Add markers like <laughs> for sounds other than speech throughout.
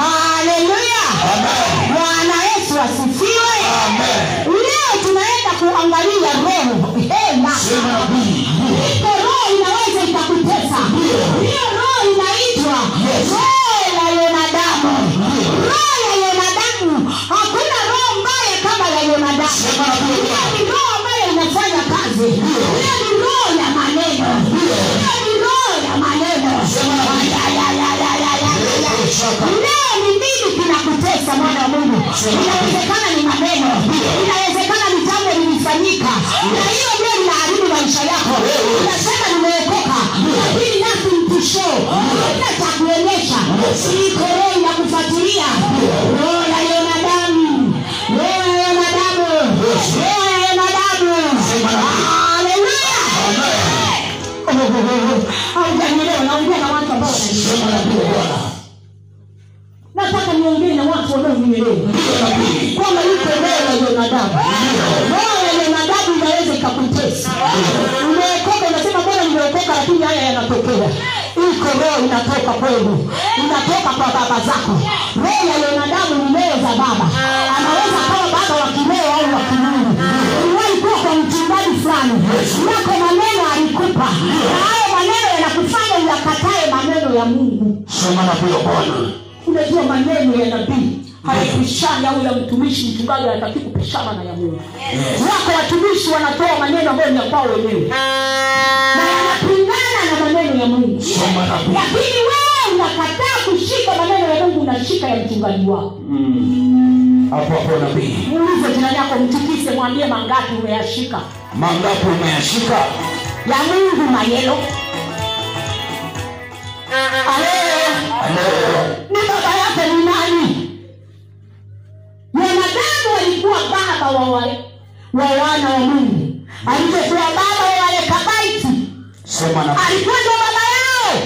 haleluya bwana yesu asifiwe leo tunaenda kuangalia roho hema iko roho inaweza ikakutesa hiyo roho inaitwa roho ya yonadamu roho ya yonadamu hakuna roho mbaya kama ya yonadamu hiyo ni roho ambayo inafanya kazi hiyo ni roho ya maneno hiyo ni roho ya maneno Ya, ya, ya, ya, ya, ya, ya, ya. leo ni nini kinakutesa mwana wa mungu inawezekana ni maneno inawezekana ni jambo lilifanyika na hiyo ndio linaharibu maisha yako unasema nimeokoka lakini nothing to show hata cha kuonyesha iko roho inakufuatilia roho ya yonadamu roho ya yonadamu roho ya yonadamu haleluya <laughs> haujanielewa naongea na watu ambao wananielewa nataka niongee na watu wanaonielewa kwamba yuko roho ya yonadamu roho ya yonadamu inaweza ikakutesa umeokoka unasema bora nimeokoka lakini haya yanatokea iko roho inatoka kwenu inatoka kwa baba zako roho ya yonadamu ni roho za baba anaweza akawa baba wa kiroho au wa kimwili uliwahi kuwa kwa mchungaji fulani yako maneno alikupa na hayo maneno yanakufanya uyakatae maneno ya mungu unajua maneno ya nabii hayapishani au ya mtumishi mchungaji anataki kupishana na ya mungu wako watumishi wanatoa maneno ambayo ni ya kwao wenyewe na yanapingana na maneno ya mungu lakini wewe unakataa kushika maneno ya mungu unashika ya mchungaji wako hapo hapo nabii muulize jirani yako mtikise mwambie mangapi umeyashika mangapi umeyashika ya mungu mayelo Aleluya. ni baba yake ni nani yonadabu alikuwa baba wa wale- wa wana wa mungu alipokuwa baba wa wale kabaiti sema na alikuwa ndo baba yao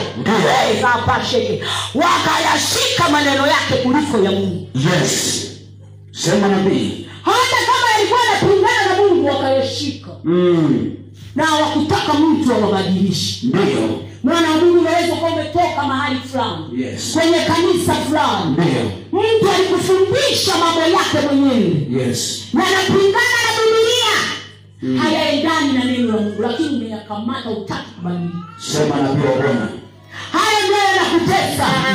Ndiyo. apasheke wakayashika maneno yake kuliko ya mungu yes sema nabii hata kama alikuwa anapingana na mungu wakayashika Mm. na wakutaka mtu awabadilishi ndiyo mwana wa mungu unaweza kuwa umetoka mahali fulani yes kwenye kanisa fulani ndiyo mtu alikufundisha mambo yake mwenyewe yes na napingana na bibilia hayaendani na neno la mungu lakini umeyakamata utaki kubadilika sema nabii wa bwana haya ndio yanakutesa haya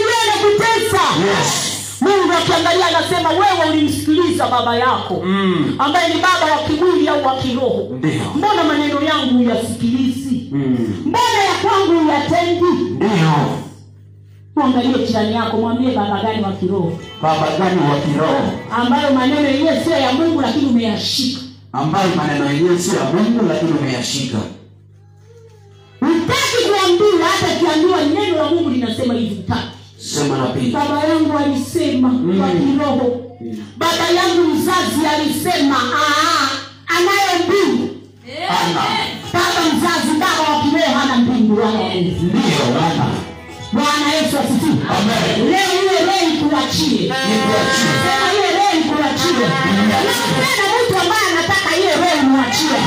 ndio yanakutesa yes mungu akiangalia anasema wewe ulimsikiliza baba yako Mm. ambaye ni baba wa kimwili au wa kiroho Ndiyo. mbona maneno yangu uyasikilizi Mm. mbona ya kwangu uyatendi ndiyo mwangalie jirani yako mwambie baba gani wa kiroho baba gani wa kiroho ambayo maneno yenyewe sio ya mungu lakini umeyashika ambayo maneno yenyewe si ya mungu lakini umeyashika hutaki kuambiwa hata kiambiwa neno la mungu linasema hivi hutaki sema nabii baba yangu alisema kwa kiroho baba yangu mzazi alisema "Ah, anayo mbingu ana baba mzazi baba wa kiroho hana mbingu wala ardhi. ndiyo ana bwana yesu asifiwe Amen. leo hiyo leo ikuachie Nikuachie. Sema hiyo roho nikuachie. Nakutana mtu ambaye anataka hiyo roho imwachie.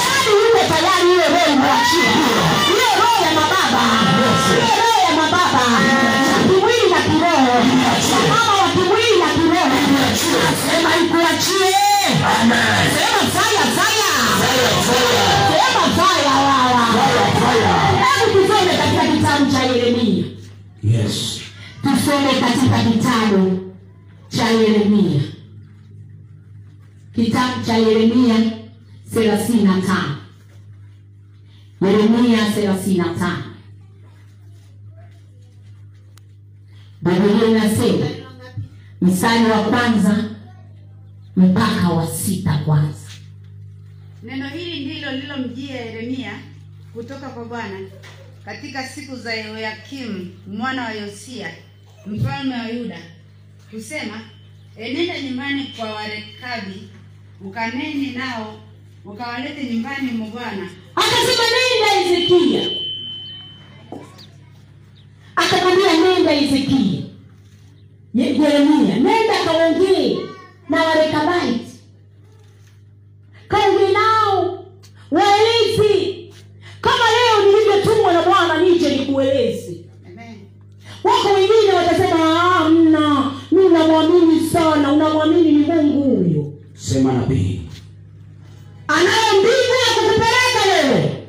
Yaani yuko tayari hiyo roho imwachie. Hiyo roho ya mababa. Hiyo roho ya mababa. Ya kimwili na kiroho. Ya mama wa kimwili na kiroho. Sema ikuachie. Sema fire, fire. Sema fire, wa, wa. Hebu tusome katika kitabu cha Yeremia yes tusome katika kitabu cha yeremia kitabu cha yeremia 35 yeremia 35 biblia inasema msali wa kwanza mpaka wa sita kwanza Neno hili ndilo lililomjia Yeremia kutoka kwa Bwana katika siku za Yehoyakimu mwana wa Yosia mfalme wa Yuda kusema, enenda nyumbani kwa Warekabi ukaneni nao ukawalete nyumbani mwa Bwana. akasema nenda hezekia akamwambia nenda hezekia Ye- yeremia nenda kaongee na warekabaiti kaongee nao waelezi kama leo nilivyotumwa na bwana nije nikueleze Amen. wako kumwamini ni mungu huyu sema nabii anayo mbingu ya kukupeleka wewe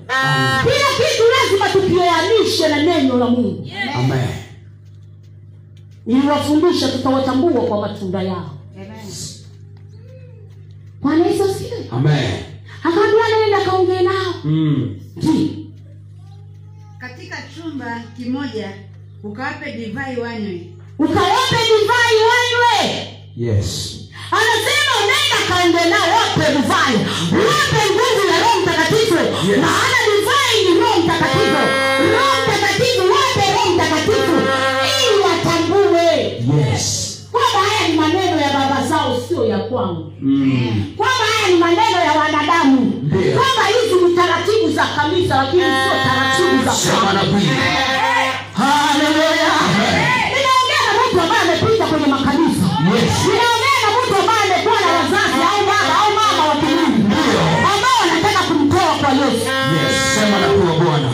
kila kitu lazima tukianishe na neno la mungu amen niliwafundisha tutawatambua kwa matunda yao Amen. bwana yesu asifiwe amen akaambia nenda kaongee nao mm. Ti, katika chumba kimoja ukawape divai wanywe ukawape divai wewe yes anasema nenda kaende nao wape divai wape nguvu ya roho mtakatifu Yes. maana divai ni roho mtakatifu roho mtakatifu wape roho mtakatifu ili watambue yes kwamba haya ni maneno ya baba zao sio ya kwangu mm. kwamba haya ni maneno ya wanadamu Ndiyo. kwamba hizi ni taratibu za kanisa lakini sio taratibu za sema kwangu nabii haleluya ninaongea na mtu ambaye amepita kwenye makanisa yes ninaongea na mtu ambaye amekuwa na wazazi au baba au mama wa kimwili ambao wanataka kumtoa kwa yesu yes sema nabii wa bwana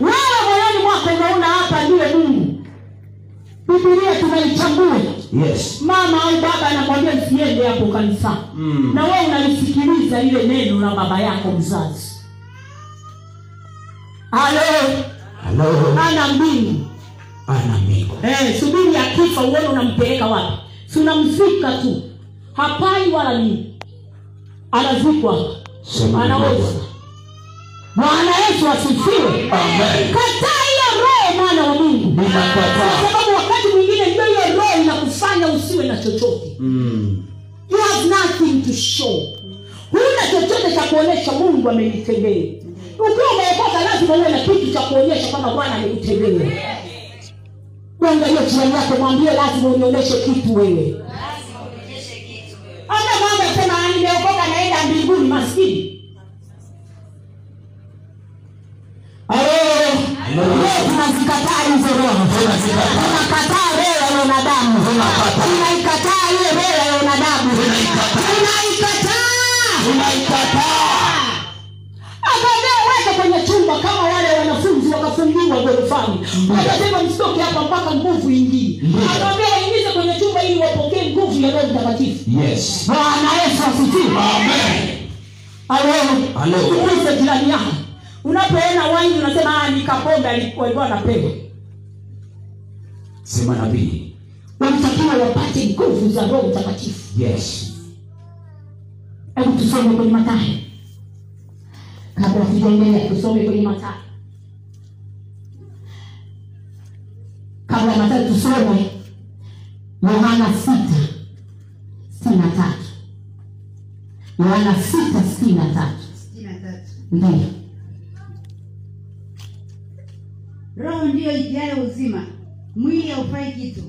wewe moyoni mwako unaona hapa ndiye mungu bibilia tunaichagua yes mama au baba anamwambia msiende hapo kanisani Mm. na wewe unalisikiliza lile neno la baba yako mzazi halo halo ana mbingu ana miko Eh, subiri akifa uone unampeleka wapi si unamzika tu hapai wala nini anazikwa hapa sema nabii wa anaweza Bwana. bwana yesu asifiwe Amen. kataa hiyo roho mwana wa mungu kwa ninakataa sababu wakati mwingine ndio hiyo roho inakufanya usiwe na chochote mm. you have nothing to show huna chochote cha kuonyesha mungu amenitendea ukiwa umeokoka lazima uwe na kitu cha kuonyesha kwamba bwana amenitendea uangalie jirani yako mwambie lazima unionyeshe kitu wewe hata mama sema "Ah, nimeokoka naenda mbinguni maskini tunazikataa hizo roho tunakataa roho ya wanadamu tunaikataa hiyo roho ya wanadamu tunaikataa ninakataa akaambia weka kwenye chumba kama wale wanafunzi wakafungiwa ghorofani akasema msitoke hapa mpaka nguvu ingie Ndiyo. akaambia waingize kwenye chumba ili wapokee nguvu ya roho mtakatifu yes bwana yesu asifiwe amen Halo. Halo. Uulize jirani yako unapoona waini unasema "Ah, ni kapombe alikuwa alikuwa anapewa sema nabii walitakiwa wapate nguvu za roho mtakatifu yes hebu tusome kwenye matayo kabla sijaendelea tusome kwenye matayo kabla ya matayo tusome yohana sita sitini na tatu yohana sita sitini na tatu sitini na tatu ndiyo roho ndiyo ijayo uzima mwili haufai kitu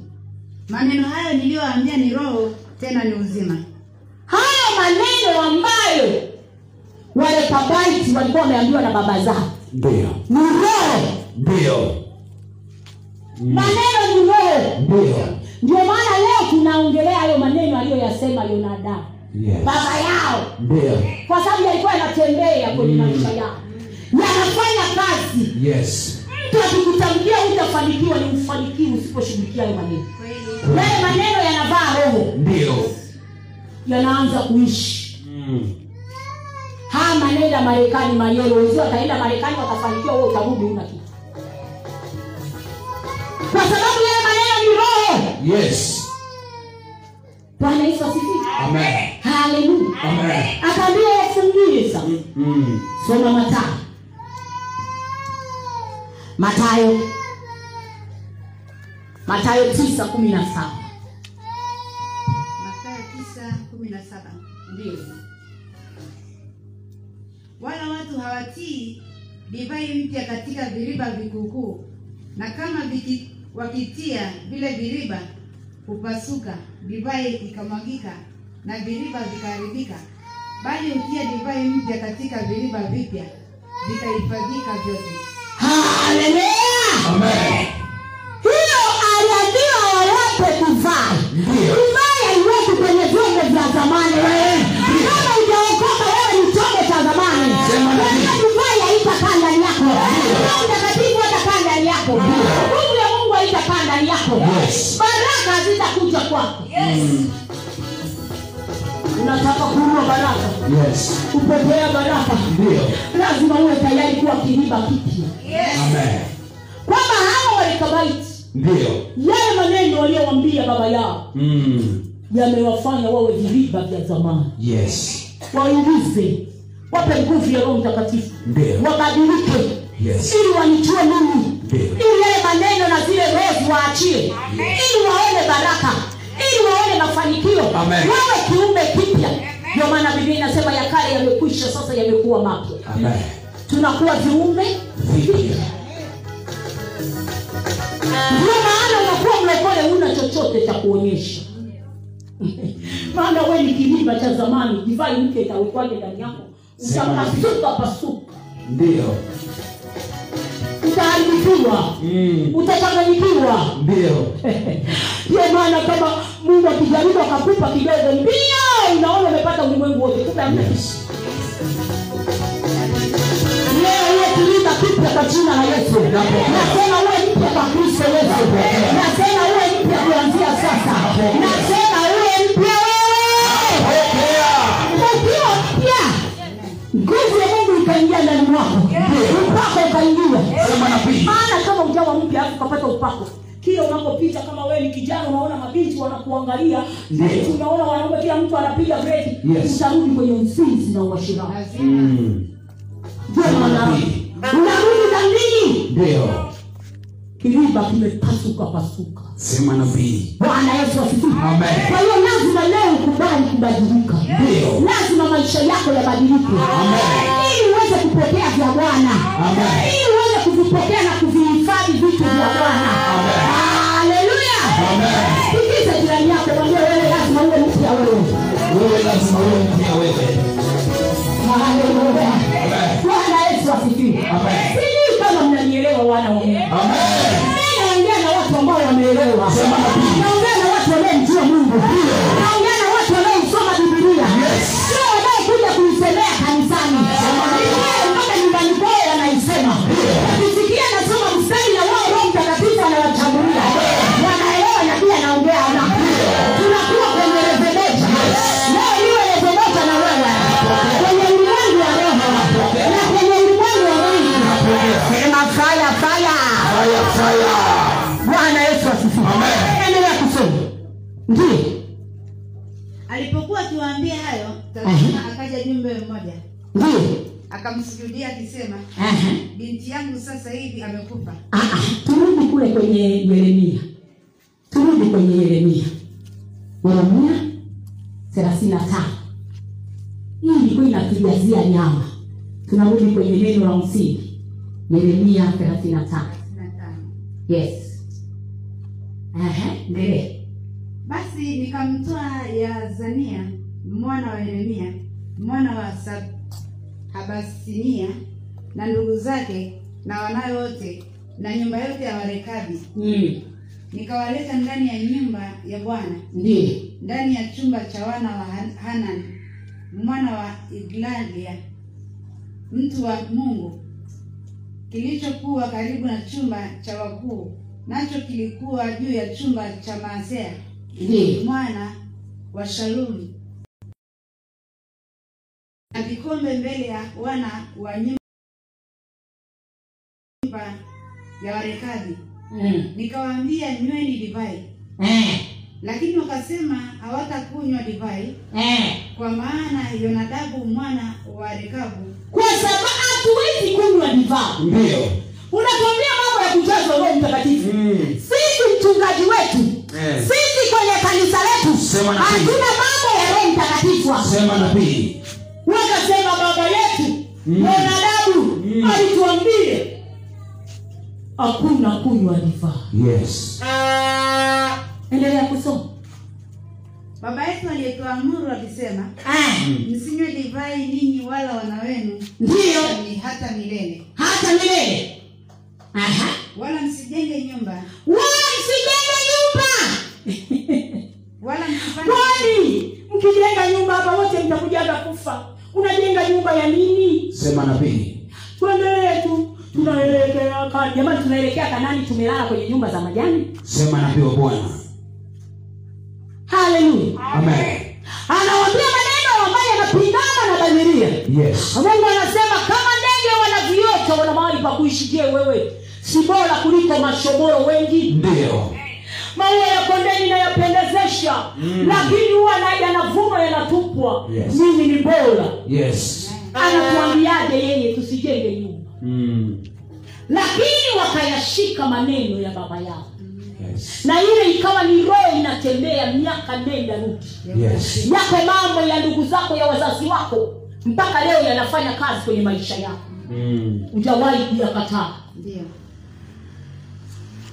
maneno hayo niliyoambia ni roho tena ni uzima haya maneno ambayo wale kabaiti walikuwa wameambiwa na baba zao ndio ni roho ndio Mm. Hmm. maneno ni roho ndio ndio maana leo tunaongelea hayo maneno aliyoyasema yonadamu yes baba yao ndio kwa sababu yalikuwa yanatembea kwenye Mm. maisha yao yanafanya kazi yes mtu akikutamkia utafanikiwa ni ufanikiwi usiposhughulikia hayo maneno kweli yale maneno yanavaa roho ndio yanaanza kuishi mm. haya manenda marekani mayelo wenzio wataenda marekani watafanikiwa huo utarudi una kitu kwa sababu yale maneno ni roho yes bwana yesu asifiwe amen haleluya amen akaambia wafungie sasa mm. soma matayo matayo matayo tisa kumi na saba mathayo tisa kumi na saba ndio wala watu hawatii divai mpya katika viriba vikuukuu na kama viki, wakitia vile viriba hupasuka divai ikamwagika na viriba vikaharibika bali utia divai mpya katika viriba vipya vitahifadhika vyote haleluya amen hiyo aliambiwa wawape divai Ndiyo. divai haiweki kwenye vyombo vya zamani wewe kama ujaokoka wewe ni chombo cha zamani Sema na Wewe mimi. divai haitakaa ndani yako Roho mtakatifu hatakaa ndani yako nguvu ya mungu haitakaa ndani yako Yes. baraka hazitakuja kwako Yes. kupokea baraka Ndio. lazima uwe tayari kuwa kiriba kipya Yes. Amen. kwamba hawa walikabaiti Ndio. yale maneno waliyowambia baba yao Mm. yamewafanya wawe viriba vya zamani Yes. waingize wape nguvu ya roho mtakatifu Ndio. wabadilike Yes. ili wanijue mimi Ndio. ili yale maneno na zile roho waachie ili waone baraka ili waone mafanikio Amen. wawe kiumbe kipya ndio maana biblia inasema ya kale yamekwisha sasa yamekuwa mapya Amen. tunakuwa viumbe Vipya. ndio maana unakuwa mlokole huna chochote cha kuonyesha <laughs> maana we ni kiriba cha zamani divai mpya itawekwake ndani yako Sema. utapasuka pasuka Ndio. utaharibikiwa Mm. utachanganyikiwa <laughs> Ndio. ndiyo maana kama mungu akijaribu akakupa kidogo mbio unaona umepata ulimwengu wote kumbe hamna Yes. leo uwe kilima kipya kwa jina la yesu Napokea. nasema uwe mpya kwa kristo yesu Napokea. nasema uwe mpya kuanzia sasa Napokea. nasema uwe mpya wewe Pokea. ukiwa mpya nguvu ya mungu ikaingia ndani mwako upako ukaingia Sema nabii. maana kama ujawa mpya alafu ukapata upako kila unapopita kama wewe ni kijana unaona mabinti wanakuangalia Ndio. sisi unaona wanaume kila mtu anapiga breki Yes. utarudi kwenye uzinzi na uasherati Lazima. Mm. ndio mwanangu unarudi kambini Ndio. kiriba kimepasuka pasuka Sema nabii. bwana yesu asifiwe Amen. kwa hiyo lazima leo ukubali kubadilika Ndio. lazima maisha yako yabadilike ili uweze kupokea vya bwana Amen. ili uweze kuvipokea na kuvihifadhi vitu vya bwana Amen. haleluya Amen. sikize jirani yako mwambie wewe lazima uwe mpya wewe Wewe lazima uwe mpya wewe. haleluya Amen. bwana yesu asifiwe Amen. sijui kama mnanielewa wana wa mungu Amen. naongea na watu ambao wameelewa Sema nabii. naongea na watu wanaomjua mungu naongea na watu wanaosoma bibilia sio wanaokuja kuisemea kanisani Biblia mpaka nyumbani kwao wanaisema akisikia anasoma mstari na wao roho mtakatifu anawachambulia wanaelewa na pia anaongea na tunakuwa kwenye rezebecha leo iwe rezebecha na wewe kwenye ulimwengu wa roho na kwenye ulimwengu wa roho sema faya faya Fire, fire. bwana yesu asifiwe Amen. endelea kusoma ndiyo alipokuwa akiwaambia hayo tazama akaja jumbe mmoja ndiyo akamsujudia akisema Ehe. binti yangu sasa hivi amekufa Ah, ah, turudi kule kwenye yeremia turudi kwenye yeremia yeremia thelathini na tano hii ilikuwa inatujazia nyama tunarudi kwenye neno la msingi yeremia thelathini na tano na tano yes Ehe, endelea basi nikamtoa yazania mwana wa yeremia mwana wa Sab- habasinia na ndugu zake na wanawe wote na nyumba yote ya warekabi Mm, nikawaleta ndani ya nyumba ya bwana ndiyo ndani ya chumba cha wana wa Han- hanan mwana wa iglalia mtu wa mungu kilichokuwa karibu na chumba cha wakuu nacho kilikuwa juu ya chumba cha maasea ndiyo mwana wa shalumu na vikombe mbele ya wana wa nyumba ya warekabi Mm, nikawaambia nyweni divai eh, lakini wakasema hawatakunywa divai eh. kwa maana yonadabu mwana wa rekabu kwa sababu hatuwezi kunywa divaa Ndio. unatuambia mambo ya kujazwa roho mtakatifu Mm. sisi mchungaji wetu Eh. sisi kwenye kanisa letu Sema na pili. hatuna mambo ya roho mtakatifu hapa. Sema nabii. wakasema baba yetu Mm. mwanadamu Mm. alituambie hakuna kunywa divaa Yes. endelea kusoma baba yetu aliyetoamuru akisema Ah, Mm. msinywe divai ninyi wala wana wenu ndiyo ni hata milele hata milele Aha. wala msijenge nyumba wala msijenge nyumba wala msifanye kwani mkijenga nyumba hapa wote mtakujaga kufa unajenga nyumba ya nini Sema nabii. tuendelee tu tunaelekea Ka- jamani tunaelekea kanani tumelala kwenye nyumba za majani Sema nabii wa Bwana. haleluya Amen. anawambia maneno ambayo yanapingana na Yes. mungu anasema kama ndege wana viota wana mahali pa kuishi je wewe si bora kuliko mashomoro wengi Ndio. maua ya kondeni nayapendezesha Mm. lakini huwa na- yanavunwa yanatupwa Yes. Ah. mimi ni bora Yes. anatuambiaje yeye tusijenge nyumba Mm. lakini wakayashika maneno ya baba yao Yes. na ile ikawa ni roho inatembea miaka nenda rudi Yes. yako mambo ya ndugu zako ya wazazi wako mpaka leo yanafanya kazi kwenye maisha yako Mm. ujawahi kuyakataa ndio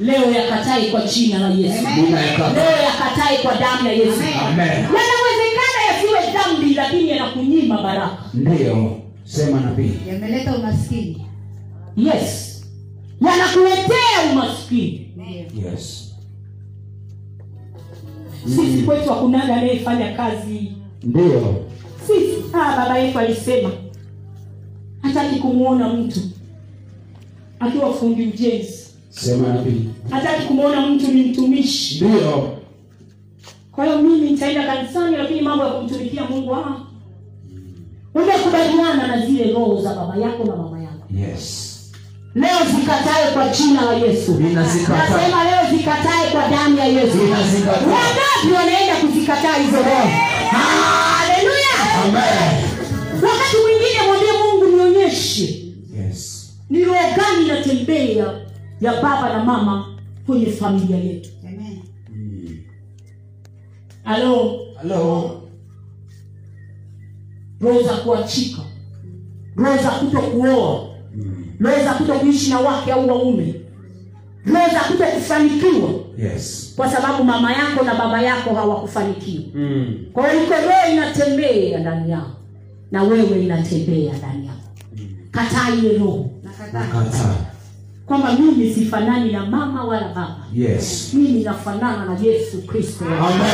leo yakatai kwa jina la yesu Amen. Nina yakata. leo yakatai kwa damu ya yesu Amen. Amen. yanawezekana yasiwe dhambi lakini yanakunyima baraka Ndio. Sema nabii. yameleta umaskini yes yanakuletea umaskini ndio Yes. sisi kwetu hakunaga anayefanya kazi Ndio. sisi ah, baba yetu alisema hataki kumwona mtu akiwa fundi ujenzi Sema nabii. hataki kumwona mtu ni mtumishi Ndio. kwa hiyo mimi nitaenda kanisani lakini mambo ya kumtumikia mungu ah. umekubaliana na zile roho za baba yako na mama yako Yes. leo zikatae kwa jina la yesu Ninazikataa. nasema leo zikatae kwa damu ya yesu Ninazikataa. wangapi wanaenda kuzikataa hizo roho haleluya Amen. wakati mwingine mwambie mungu nionyeshe Yes. ni roho gani inatembea ya baba na mama kwenye familia yetu amen Mm. alo Hello. roho za kuachika roho za kuto kuoa Mm. roho za kuto kuishi na wake au waume roho za kuto kufanikiwa Yes. kwa sababu mama yako na baba yako hawakufanikiwa Mm. kwa hiyo iko roho inatembea ndani yao na wewe inatembea ndani yako kataa ile roho nakataa Nakataa. kwamba mimi sifanani na mama wala baba Yes. mimi nafanana na yesu kristo Amen.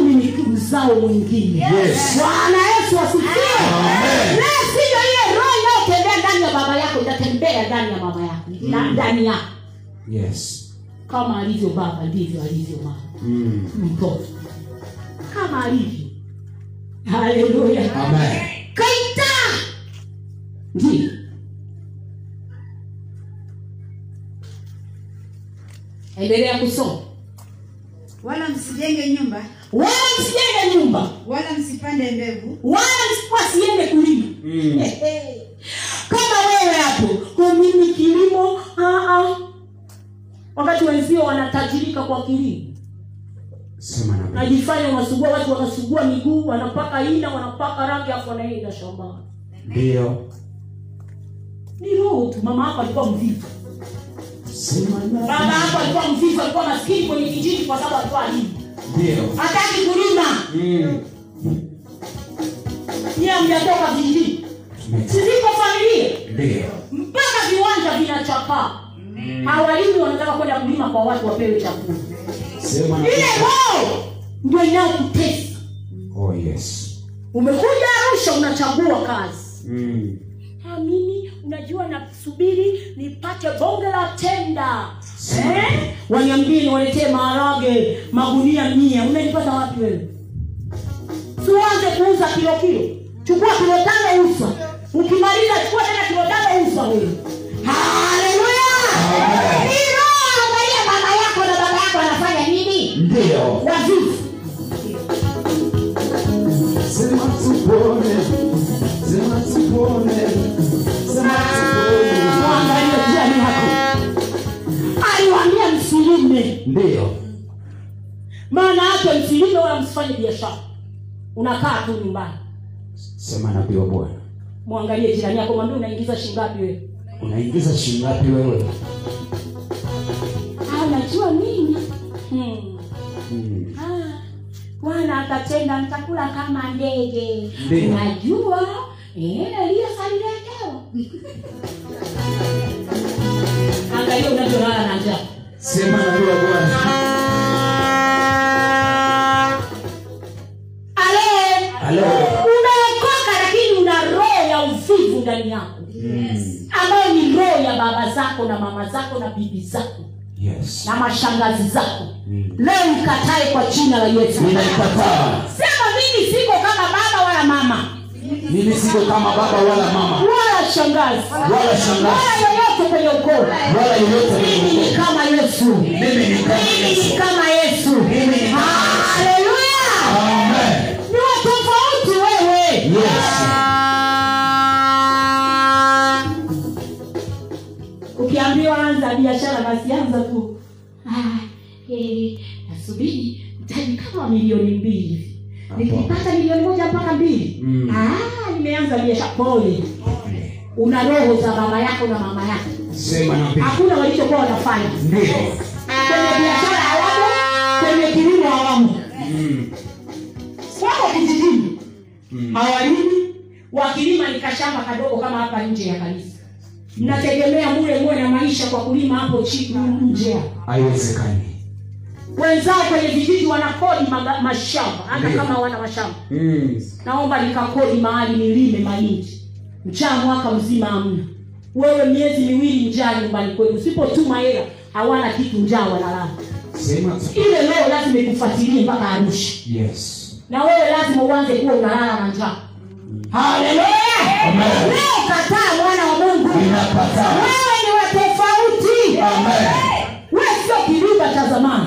mimi ni mzao mwingine Yes. bwana yesu asifiwe Amen. leo sivyo ile roho inayotembea ndani ya baba yako itatembea ndani ya mama yako Mm. na ndani yako Yes. kama alivyo baba ndivyo alivyo mama Mm. mtoto kama alivyo haleluya Amen. kaita ndio endelea kusoma wala msijenge nyumba wala msijenge nyumba wala msipande mbegu wala msi- wasiende kulima Mm. kama wewe hapo "Oh, mimi kilimo ah, ah." wakati wenzio wanatajirika kwa kilimo Sema nabii. najifanya wanasugua watu wanasugua miguu wanapaka ina wanapaka rangi afu wanaenda shambani Ndio. ni roho tu mama yako alikuwa mvivu Sema baba nabii. yako alikuwa mvivu alikuwa maskini kwenye kijiji kwa sababu alikuwa alimu Ndio. hataki kulima Mm. yeye amjatoka vijijini siziko familia Ndio. mpaka viwanja vinachakaa hawalimi wanataka kwenda kulima kwa watu wapewe chakula Sema ile nabii. roho ndio inayokutesa Oh yes. umekuja arusha unachagua kazi Mm. "Ah, mimi unajua nasubiri nipate bonge la tenda eh? waniambie niwaletee maharage magunia mia umenipata wapi wewe siuanze kuuza kilo kilo chukua kilo tano usa ukimaliza chukua tena kilo tano usa wewe haleluya Amen. Hii roho, angalia mama yako na baba yako anafanya nini Ndio. wavivu Sema tupone. Sema tupone. Sema tupone. Mwangalie jirani yako. aliwaambia msilime Ndio. maana yake msilime wala msifanye biashara unakaa tu nyumbani Sema nabii wa Bwana. mwangalie jirani yako mwambie unaingiza shingapi wewe Unaingiza shilingi ngapi wewe? Ah, unajua mimi hmm. Mm. Ah, bwana akatenda nitakula kama ndege Ndiyo. unajua eh, aliyosaliletewa angalia unavyolala na njaa Sema nabii wa Bwana. ale Halo. unaokoka lakini una roho ya uvivu ndani yako yes ambayo ni roho ya baba zako na mama zako na bibi zako Yes. na mashangazi zako Mm. leo ukatae kwa jina la yesu Ninaikataa. sema mimi siko kama baba wala mama mimi mimi siko kama baba wala mama wala shangazi Wala shangazi. wala yoyote kwenye ukoo wala yeyote mimi ni niliyokuwa. kama yesu mimi ni kama mimi ni Yesu. kama yesu Mimi ni kama haleluya Amen. ni wa tofauti wewe Yes. ukiambiwa anza biashara basi anza tu Ah, eh, nasubiri mtaji kama milioni mbili hivi. nikipata milioni moja mpaka mbili Mm. Ah, nimeanza biashara pole una roho za baba yako na mama yako Sema na pili. hakuna walichokuwa wanafanya Ndio. kwenye biashara hawamo kwenye kilimo hawamo Mm. wako kijijini Mm. hawalimi wakilima ni kashamba kadogo kama hapa nje ya kanisa mnategemea mule muwe na maisha kwa kulima hapo chini nje hapo Haiwezekani. wenzao kwenye vijiji wanakodi maga- mashamba hata Ndiyo. kama wana mashamba Mm. naomba nikakodi mahali nilime mahindi njaa mwaka mzima hamna wewe miezi miwili njaa nyumbani kwenu usipotuma hela hawana kitu njaa wanalala Sema. ile leo lazima ikufuatilie mpaka arusha Yes. na wewe lazima uanze kuwa unalala na njaa haleluya Amen. leo kataa mwana wa mungu Ninakataa. wewe ni wa tofauti Amen. wewe sio kiriba cha zamani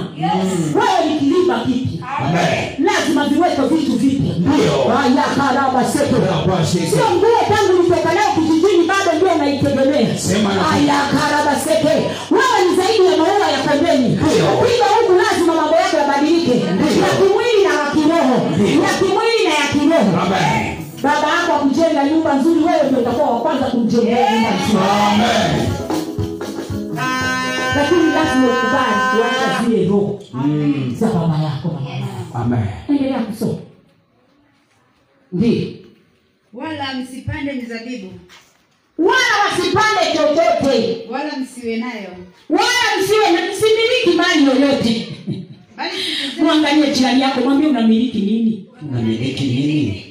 wewe ni kiriba kipya Amen. lazima viweko vitu vipya Ndio. Haya, karaba seto Kwa kwa shika. sio nguo tangu nitokanayo kijijini bado ndio naitegemea Sema na- aya karaba seke wewe ni zaidi ya maua ya pembeni Ndio. ukiga huku lazima mambo yako yabadilike Ndio. ya kimwili na ya kiroho Ndio. ya kimwili na ya kiroho Amen. baba yako akujenga nyumba nzuri wewe ndio utakuwa wa kwanza kumjengea nyumba nzuri Amen. lakini lazima ukubali kuacha zile roho Mm. za baba yako na mama yako Amen. endelea kusoma ndio wala msipande mizabibu wala wasipande chochote wala msiwe nayo wala msiwe na msimiliki mali yoyote bali siku zenu- mwangalie jirani yako mwambie unamiliki nini Namiliki nini?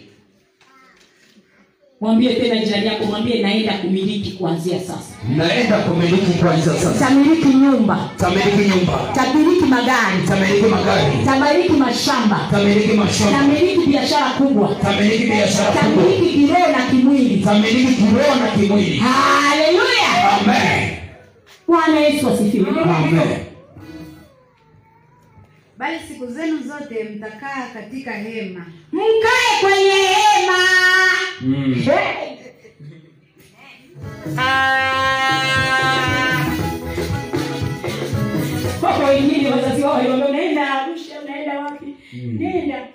mwambie tena jirani yako mwambie naenda kumiliki kuanzia sasa Naenda kumiliki kuanzia sasa. tamiliki nyumba Tamiliki nyumba. tamiliki magari Tamiliki magari. tamiliki mashamba Tamiliki mashamba. tamiliki biashara kubwa Tamiliki biashara kubwa. tamiliki kiroho na kimwili Tamiliki kiroho na kimwili. haleluya Amen. bwana yesu asifiwe Amen. bali siku zenu zote mtakaa katika hema mkae kwenye hema Mm. Wako wengine wazazi wao waliwaambia, unaenda Arusha, unaenda wapi? Nenda,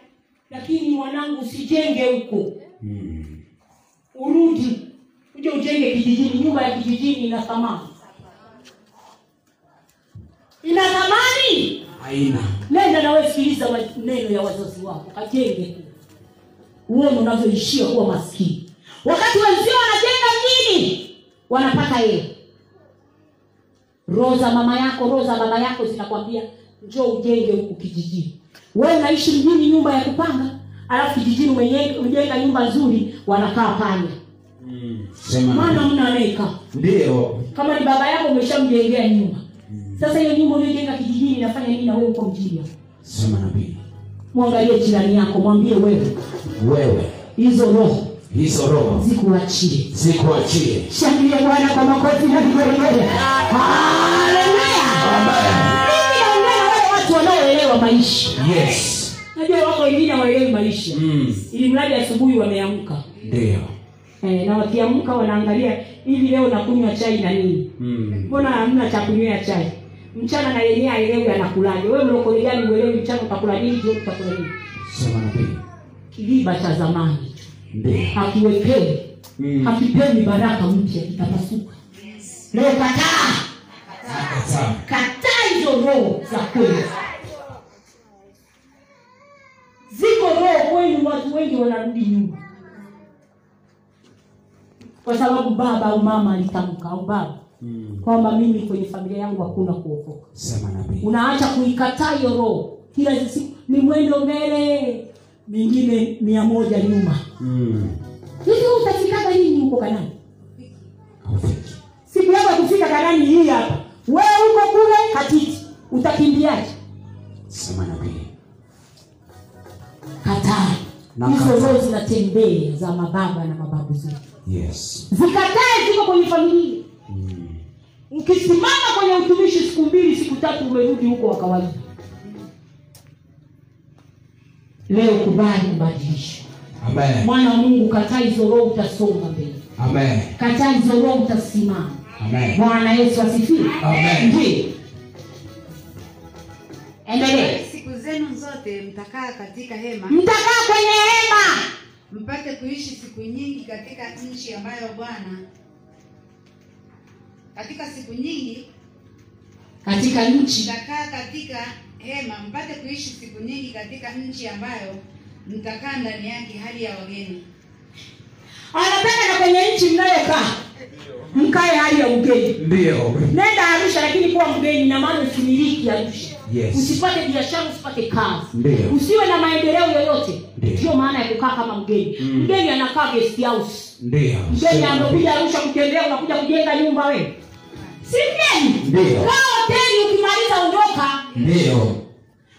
lakini mwanangu, usijenge huko, Mm. urudi uje ujenge kijijini. Nyumba ya kijijini ina thamani, ina thamani. Haina. Nenda na wewe, sikiliza maneno ya wazazi wako, kajenge uone unavyoishia kuwa maskini, wakati wenzio wanajenga mjini wanapata yeye. Roho za mama yako, roho za baba yako zinakwambia njoo ujenge huku kijijini. Wewe unaishi mjini nyumba ya kupanga, alafu kijijini umejenga umejenga nyumba nzuri, wanakaa pale, Mm. Sema. maana na- mna anayekaa Ndio. kama ni baba yako umeshamjengea nyumba. Sasa hiyo nyumba uliyojenga kijijini inafanya nini na wewe uko mjini? hapo? Sema nabii. Mwangalie jirani yako, mwambie wewe, Wewe hizo roho hizo roho zikuachie. sikuachie. Shangilia Bwana kwa makofi na vigelegele. Haleluya! Amen. Mimi naongea na wale watu wanaoelewa maisha. Yes. najua wako wengine hawaelewi maisha Mm. ili mradi asubuhi wameamka Ndio. e, na wakiamka wanaangalia hivi leo nakunywa chai na nini Mm. mbona hamna cha kunywea chai mchana na yenyewe aelewi anakulaje wewe mlokole gani uelewi mchana utakula nini jioni utakula nini Sema nabii. kiliba cha zamani Ndio. hakiwekewi Mm. hakipewi baraka mpya kitapasuka leo kataa Nakataa. kataa hizo roho za kweli ziko roho kwenu watu wengi wanarudi nyuma kwa sababu baba au mama alitamka au baba Mm. kwamba mimi kwenye familia yangu hakuna kuokoka Sema nabii. unaacha kuikataa hiyo roho kila siku ni mwendo mbele mingine mia moja nyuma Mm. hivi utafikaka nini huko kanani Haufiki. siku yako ya kufika kanani hii hapa wewe huko kule katiti utakimbiaje Sema nabii. kataa na hizo kata. roho zinatembea za mababa na mababu zetu Yes. zikatae ziko kwenye familia Mm. ukisimama kwenye utumishi siku mbili siku tatu umerudi huko wa kawaida leo kubali kubadilisha Amen. mwana wa mungu kataa hizo roho utasonga mbele Amen. kataa hizo roho utasimama Amen. bwana yesu asifiwe Amen. ndiyo endelee siku zenu zote mtakaa katika hema mtakaa kwenye hema mpate kuishi siku nyingi katika nchi ambayo bwana katika siku nyingi katika nchi mtakaa katika hema mpate kuishi siku nyingi katika nchi ambayo mtakaa ndani yake hali ya wageni anapenda na kwenye nchi mnayokaa mkae hali ya ugeni Ndio. nenda arusha lakini kuwa mgeni na maana usimiliki arusha Yes. usipate biashara usipate kazi Ndio. usiwe na maendeleo yoyote Ndio. Mm. ndio maana ya kukaa kama mgeni mgeni anakaa guest house Ndio. mgeni anakuja arusha kutembea unakuja kujenga nyumba wewe si mgeni Ndio. kaa hoteli ukimaliza ondoka Ndio.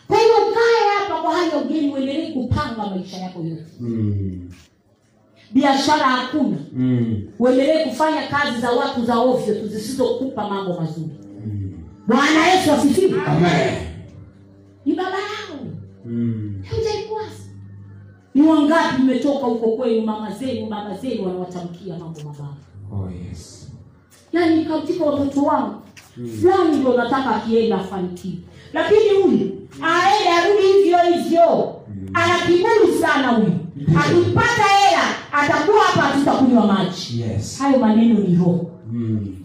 kwa hiyo ukae hapa kwa hali ya ugeni uendelee kupanga maisha yako yote Mm. biashara hakuna Mm. uendelee kufanya kazi za watu za ovyo tu zisizokupa mambo mazuri Mm. bwana yesu asifiwe Amen. ni baba yangu Mm. haujaikuasa ni wangapi mmetoka huko kwenu mama zenu baba zenu wanawatamkia mambo mabaya Oh yes. yaani katika watoto wangu fulani ndio nataka akienda afanikiwe lakini huyu aende arudi hivyo hivyo ana kiburi sana huyu akipata hela atakuwa hapa hatutakunywa maji Yes. hayo maneno ni roho Mm.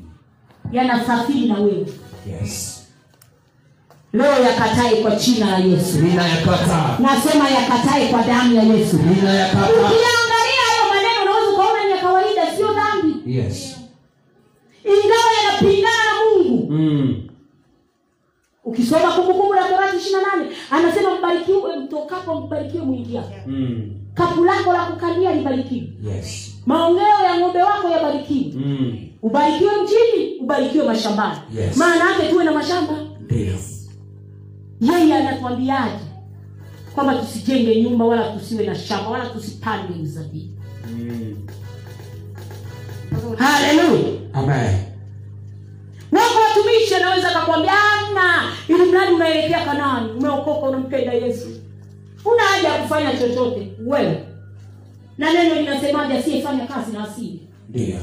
yanasafiri na wewe Yes. leo yakatae kwa jina la yesu Ninayakataa. nasema yakatae kwa damu ya yesu Ninayakataa. ukiangalia hayo maneno unaweza ukaona ni ya kawaida sio dhambi Yes. ingawa yanapingana na mungu Mm. ukisoma kumbukumbu la torati ishiri na nane anasema mbarikiwe mtokapo mbarikiwe mwingia Mm. kapu lako la kukandia libarikiwe Yes. maongeo ya ng'ombe wako yabarikiwe Mm. ubarikiwe mjini ubarikiwe mashambani Yes. maana yake tuwe na mashamba Ndio. yeye anatuambiaje kwamba tusijenge nyumba wala tusiwe na shamba wala tusipande mzabibu Mm. haleluya Amen. wako watumishi anaweza akakwambia amna ili mradi unaelekea kanani umeokoka unampenda yesu una haja ya kufanya chochote wewe na neno linasemaje asiyefanya kazi na asili Ndio.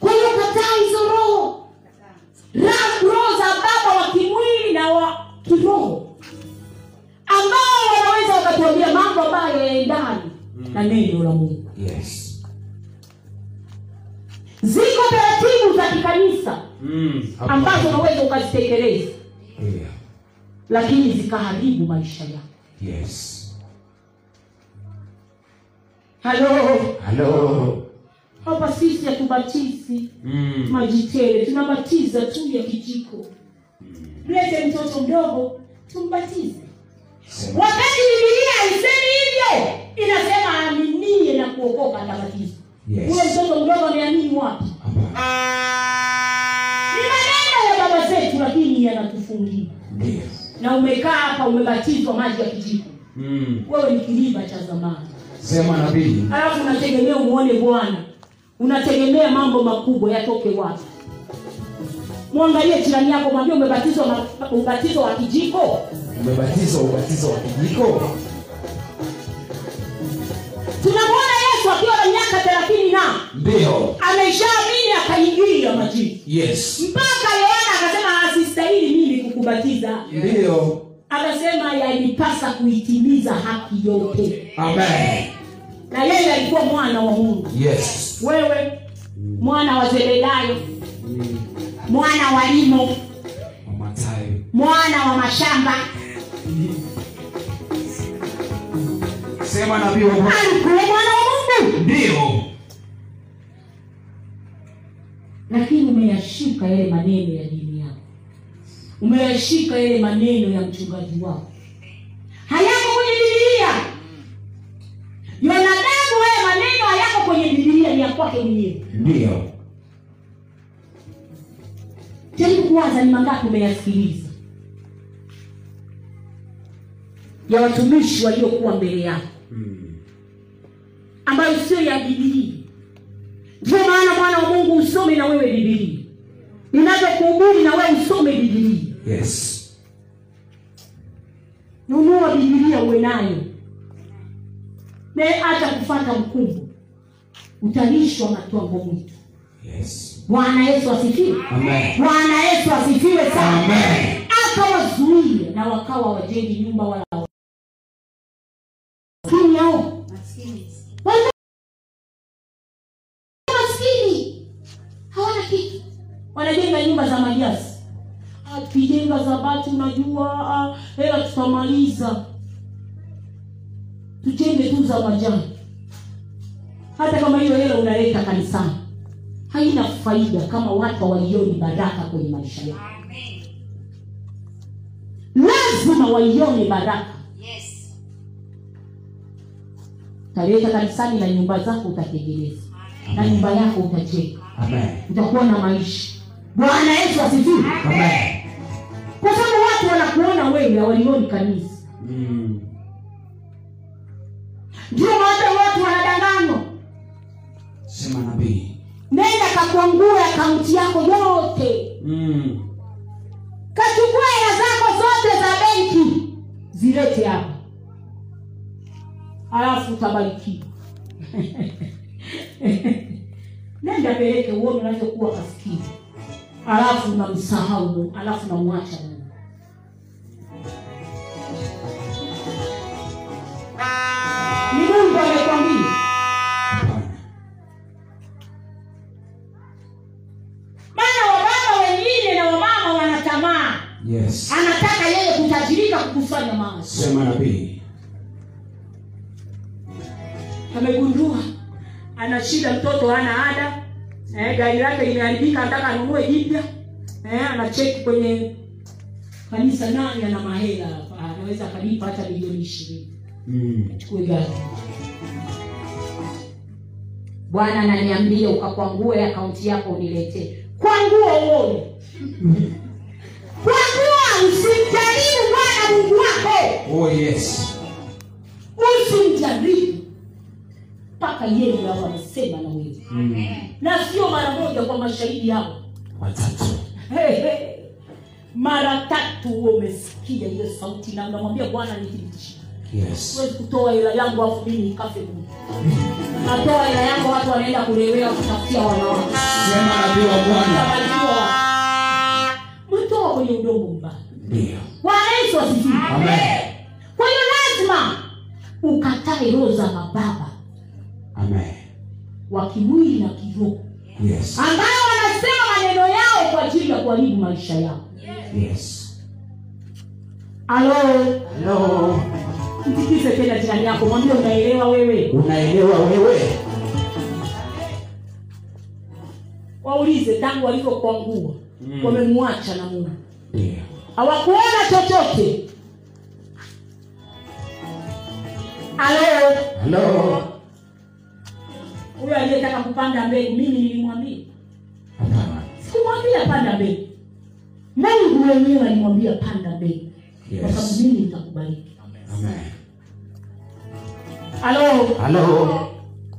kwa hiyo kataa hizo roho Ra- roho za baba wa kimwili na wa kiroho ambao wanaweza wakatuambia mambo ambayo yaendani na neno la mungu Yes. ziko taratibu za kikanisa Mm. ambazo unaweza ukazitekeleza Ndio. lakini zikaharibu maisha yako Yes. halo Hello. hapa sisi hatubatizi Mm. majitele tunabatiza tu ya kijiko mlete mtoto mdogo tumbatize Sema. wakati bibilia haisemi hivyo inasema aaminie na kuokoka atabatizwa Yes. huyo mtoto mdogo ameamini wapi Amen. ni maneno ya baba zetu lakini yanatufungia Ndio. na umekaa hapa umebatizwa maji ya kijiko Mm. wewe ni kiriba cha zamani Sema nabii. alafu unategemea umuone bwana unategemea mambo makubwa yatoke wapi mwangalie jirani yako mwambie umebatizwa ma- ubatizo wa kijiko Umebatizwa ubatizo wa kijiko. tunamwona yesu akiwa na miaka thelathini na Ndio. ameishaamini akaingilia majini Yes. mpaka yohana akasema asistahili mimi kukubatiza Ndio. akasema yalipasa kuitimiza haki yote Amen. na yeye alikuwa mwana wa mungu Yes. wewe mwana wa zebedayo Mm. mwana wa limo Matayo. mwana wa mashamba Sema nabii wa Bwana. alikuwa mwana wa mungu Ndio. lakini umeyashika yale maneno ya dini yako umeyashika yale maneno ya mchungaji wako hayako kwenye bibilia yonadabu haya maneno hayako kwenye bibilia ni ya kwake mwenyewe Ndio. jaribu kuwaza ni mangapi umeyasikiliza ya watumishi waliokuwa mbele yako Mm. ambayo sio ya bibilia ndio maana mwana wa mungu usome na wewe bibilia ninavyokuhubiri na wewe usome bibilia yes nunua bibilia uwe nayo ne hata kufata mkumbo utalishwa matwango mwitu yes bwana yesu asifiwe amen bwana yesu asifiwe sana amen akawazuia na wakawa wajengi nyumba wala maskini hao maskini Walikuwa maskini hawana kitu wanajenga nyumba za majasi Ah, tukijenga za bati unajua ah, hela tutamaliza tujenge tu za majani hata kama hiyo hela unaleta kanisani haina faida kama watu walioni baraka kwenye maisha yao Amen. lazima waione baraka Yes. utaleta kanisani na nyumba zako utatengeneza na nyumba yako utajenga amen utakuwa na maisha bwana yesu asifiwe amen kwa sababu watu wanakuona wewe hawalioni kanisa mm. ndio maana watu wanadanganywa sema nabii nenda kakuangua akaunti yako yote mm. kachukua hela zako zote za benki zilete hapa alafu utabarikiwa <laughs> nenda peleke uone unavyokuwa kaskini alafu unamsahau Mungu, alafu unamwacha Mungu. ni mungu amekwambia hapana maana wababa wengine na wamama wanatamaa yes anataka yeye kutajirika kukusanya maasi sema nabii amegundua ana shida mtoto hana ada eh, gari lake limeharibika anataka anunue jipya eh, anacheki kwenye kanisa nani ana mahela hapa anaweza akalipa hata milioni ishirini mm. chukue gari bwana naniambie ukakwangue akaunti yako uniletee kwangua uone kwangua usimjaribu bwana mungu wako oh yes usimjaribu mpaka yeye awe amesema na wewe Hmm. mm. na sio mara moja kwa mashahidi yao watatu Hey, hey. mara tatu huo umesikia hiyo sauti na unamwambia bwana nithibitishie yes siwezi kutoa hela yangu afu mimi nikafe bure natoa hela yangu watu wanaenda kulewea kutafutia wanawake sema nabii wa bwana Watabarikiwa. mwitoa kwenye udongo mbaya ndio bwana yesu asifiwe amen kwa hiyo lazima ukatae roho za mababa amen wa kimwili na kiroho yes ambayo wanasema maneno yao kwa ajili ya kuharibu maisha yao yes alo Hello. mtikise tena jirani yako mwambie unaelewa wewe unaelewa wewe waulize tangu walivyokuangua Mm. wamemwacha na mungu ndio hawakuona chochote alo Hello. huyo aliyetaka kupanda mbegu mimi nilimwambia hapana sikumwambia panda mbegu mungu wenyewe alimwambia panda mbegu kwa sababu yes mimi nitakubariki amen alo Hello.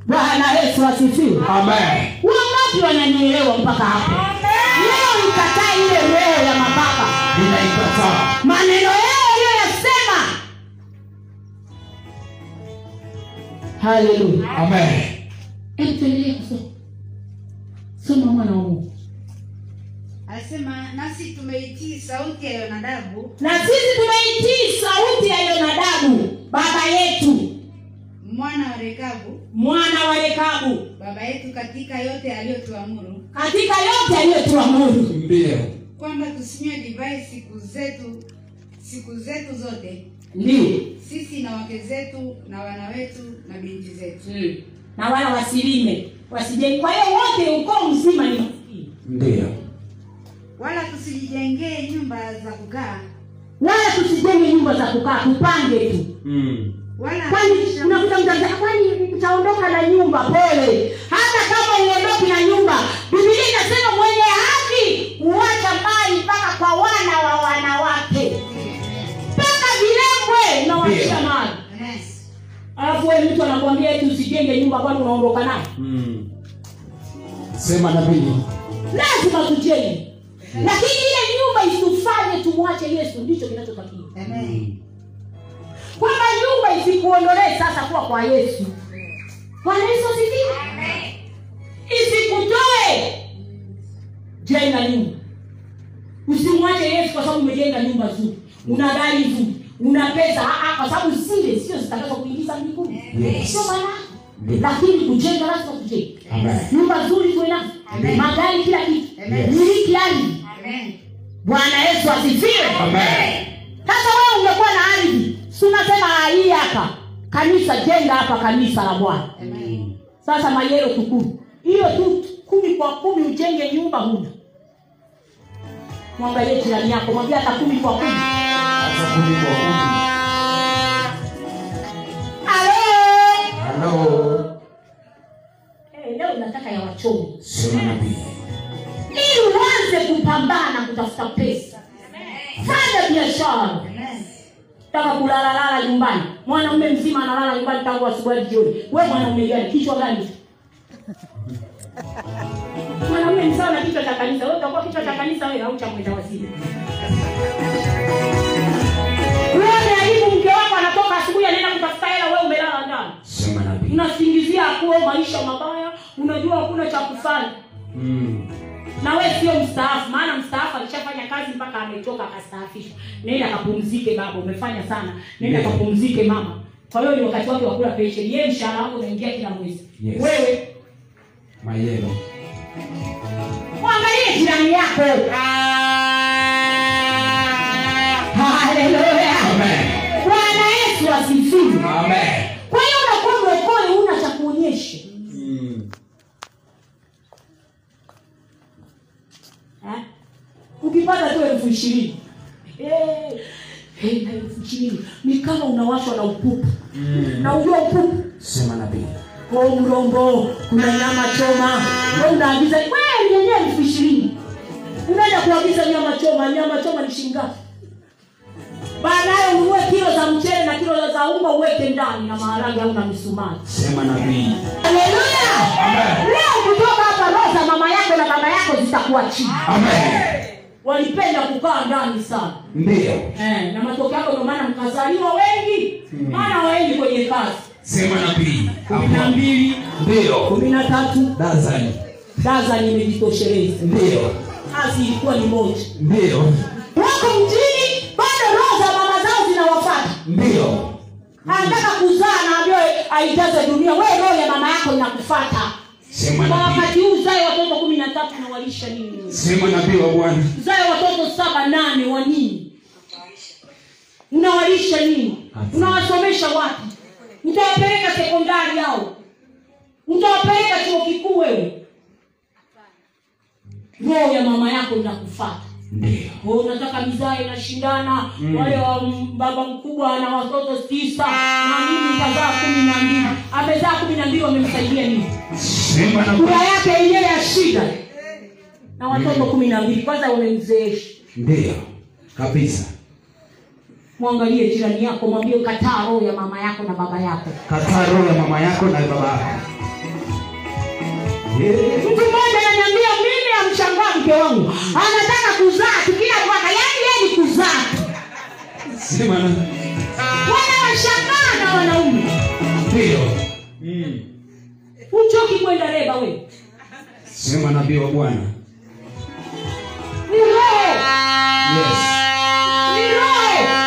bwana yesu asifiwe Amen. wangapi wananielewa mpaka hapo leo ikataa ile roho ya mababa Ninaikataa. maneno yao aliyoyasema haleluya Amen. hebu tuendelee kusoma soma mwana wa mungu Anasema nasi tumeitii sauti ya Yonadabu na sisi tumeitii sauti ya yonadabu baba yetu mwana wa Rekabu mwana wa rekabu baba yetu katika yote aliyotuamuru katika yote aliyotuamuru Ndio. kwamba tusinywe divai siku zetu siku zetu zote ndio sisi na wake zetu na wana wetu na binti zetu Hmm. na wala wasilime wasije kwa hiyo wote ukoo mzima ni maskini Ndio. wala tusijijengee nyumba za kukaa wala tusijenge nyumba za kukaa tupange tu Mm. wala kwani unakuta mtaza kwani utaondoka na nyumba pole hata kama uondoki na nyumba bibilia inasema mwenye haki huacha mali mpaka kwa wana wa wanawake mpaka vilembwe unawaisha mali Yes. alafu alafu wewe mtu anakuambia eti usijenge nyumba kwani unaondoka naye Mm. Sema nabii. lazima tujenge lakini ile nyumba isitufanye tumwache yesu ndicho kinachotakiwa Mm. kwamba nyumba isikuondolee sasa kuwa kwa yesu bwana yesu asifiwe isikutoe jenga nyumba usimwache yesu kwa sababu umejenga nyumba zuri una gari zuri una pesa ah, ah, kwa sababu zile sio zitakazo kuingiza mbinguni Yes. sio maana yake. lakini kujenga lazima kujenga Amen. nyumba nzuri tuwe nazo Amen. magari kila kitu Amen. miliki ardhi Amen. bwana yesu asifiwe Amen. sasa wewe umekuwa na ardhi si unasema "Ah, hii hapa kanisa jenga hapa kanisa la bwana Amen. sasa mayero tukuru hiyo tu kumi kwa kumi ujenge nyumba huna mwangalie jirani yako mwambia hata kumi kwa kumi Hata kumi kwa kumi. Alo! Hello. Eh, leo nataka ya wachomi Sema nabii. ili uanze kupambana kutafuta pesa fanya biashara Amen. taka kulalalala nyumbani mwanaume mzima analala nyumbani tangu asubuhi hadi jioni we mwanaume gani kichwa gani mwanaume ni sawa na kichwa cha kanisa wewe utakuwa kichwa cha kanisa wewe au cha mwenda wazima wewe aibu mke wako anatoka asubuhi anaenda kutafuta hela wewe umelala ndani Sema nabii. unasingizia kuwa maisha mabaya unajua hakuna cha kufanya Mm. na wewe sio mstaafu maana mstaafu alishafanya kazi mpaka ametoka akastaafishwa nenda kapumzike baba umefanya sana nenda Yeah. kapumzike mama kwa hiyo ni wakati wake wa kula pensheni yeye mshahara wako unaingia kila mwezi Yes. wewe Mayero. mwangalie jirani yako haleluya Amen. bwana yesu asifiwe Amen. kwa hiyo unakuwa mwokoe una cha kuonyesha Mm. Eh? ukipata tu elfu ishirini Eh, eh, na elfu ishirini ni kama unawashwa na upupu Mm. na ujua upupu Sema nabii. ko mrombo kuna nyama choma we unaagiza we nyenye elfu ishirini unaenda kuagiza nyama choma nyama choma ni shingapi baadaye ununue kilo za mchele na kilo za unga uweke ndani na maharage au na misumari Sema nabii. haleluya leo kutoka hapa roho za mama yako na baba yako zitakuwa chini Amen. walipenda kukaa ndani sana Ndio. eh, na matokeo yako ndio maana mkazaliwa wengi Hmm. maana waendi kwenye kazi Sema nabii. kumi na Hapo. mbili Ndio. kumi na tatu Dazani. daza nimejitosheleza Ndio. kazi ilikuwa ni moja Ndio. wako mjini bado roho za mama zao zinawafata Ndio. anataka kuzaa naambiwa aijaze dunia wewe roho ya mama yako inakufata Sema kwa nabii. wakati huu uzae watoto kumi na tatu nawalisha nini Sema nabii wa Bwana. uzae watoto saba nane wa nini unawalisha nini unawasomesha wapi utawapeleka sekondari yao utawapeleka chuo kikuu wewe roho ya mama yako inakufata Ndio. Kwa hiyo unataka mizae inashindana mm. wale wa m- baba mkubwa ana watoto tisa na mimi kazaa kumi na mbili amezaa kumi na mbili wamemsaidia nini Sema nabii. kura yake yenyewe ya shida na watoto kumi na mbili kwanza wamemzeesha Ndio. Kabisa. mwangalie jirani yako mwambie kataa roho ya mama yako na baba yako Kataa roho ya mama yako na baba yako. Yeah. mtu mmoja ananiambia mimi amshangaa mke wangu anataka kuzaa tu kila mwaka yaani yeye ni kuzaa tu Sema nabii. wanawashangaa na wanaume Ndio. Mm. uchoki kwenda reba wewe Sema nabii wa Bwana. ni roho Yes. ni roho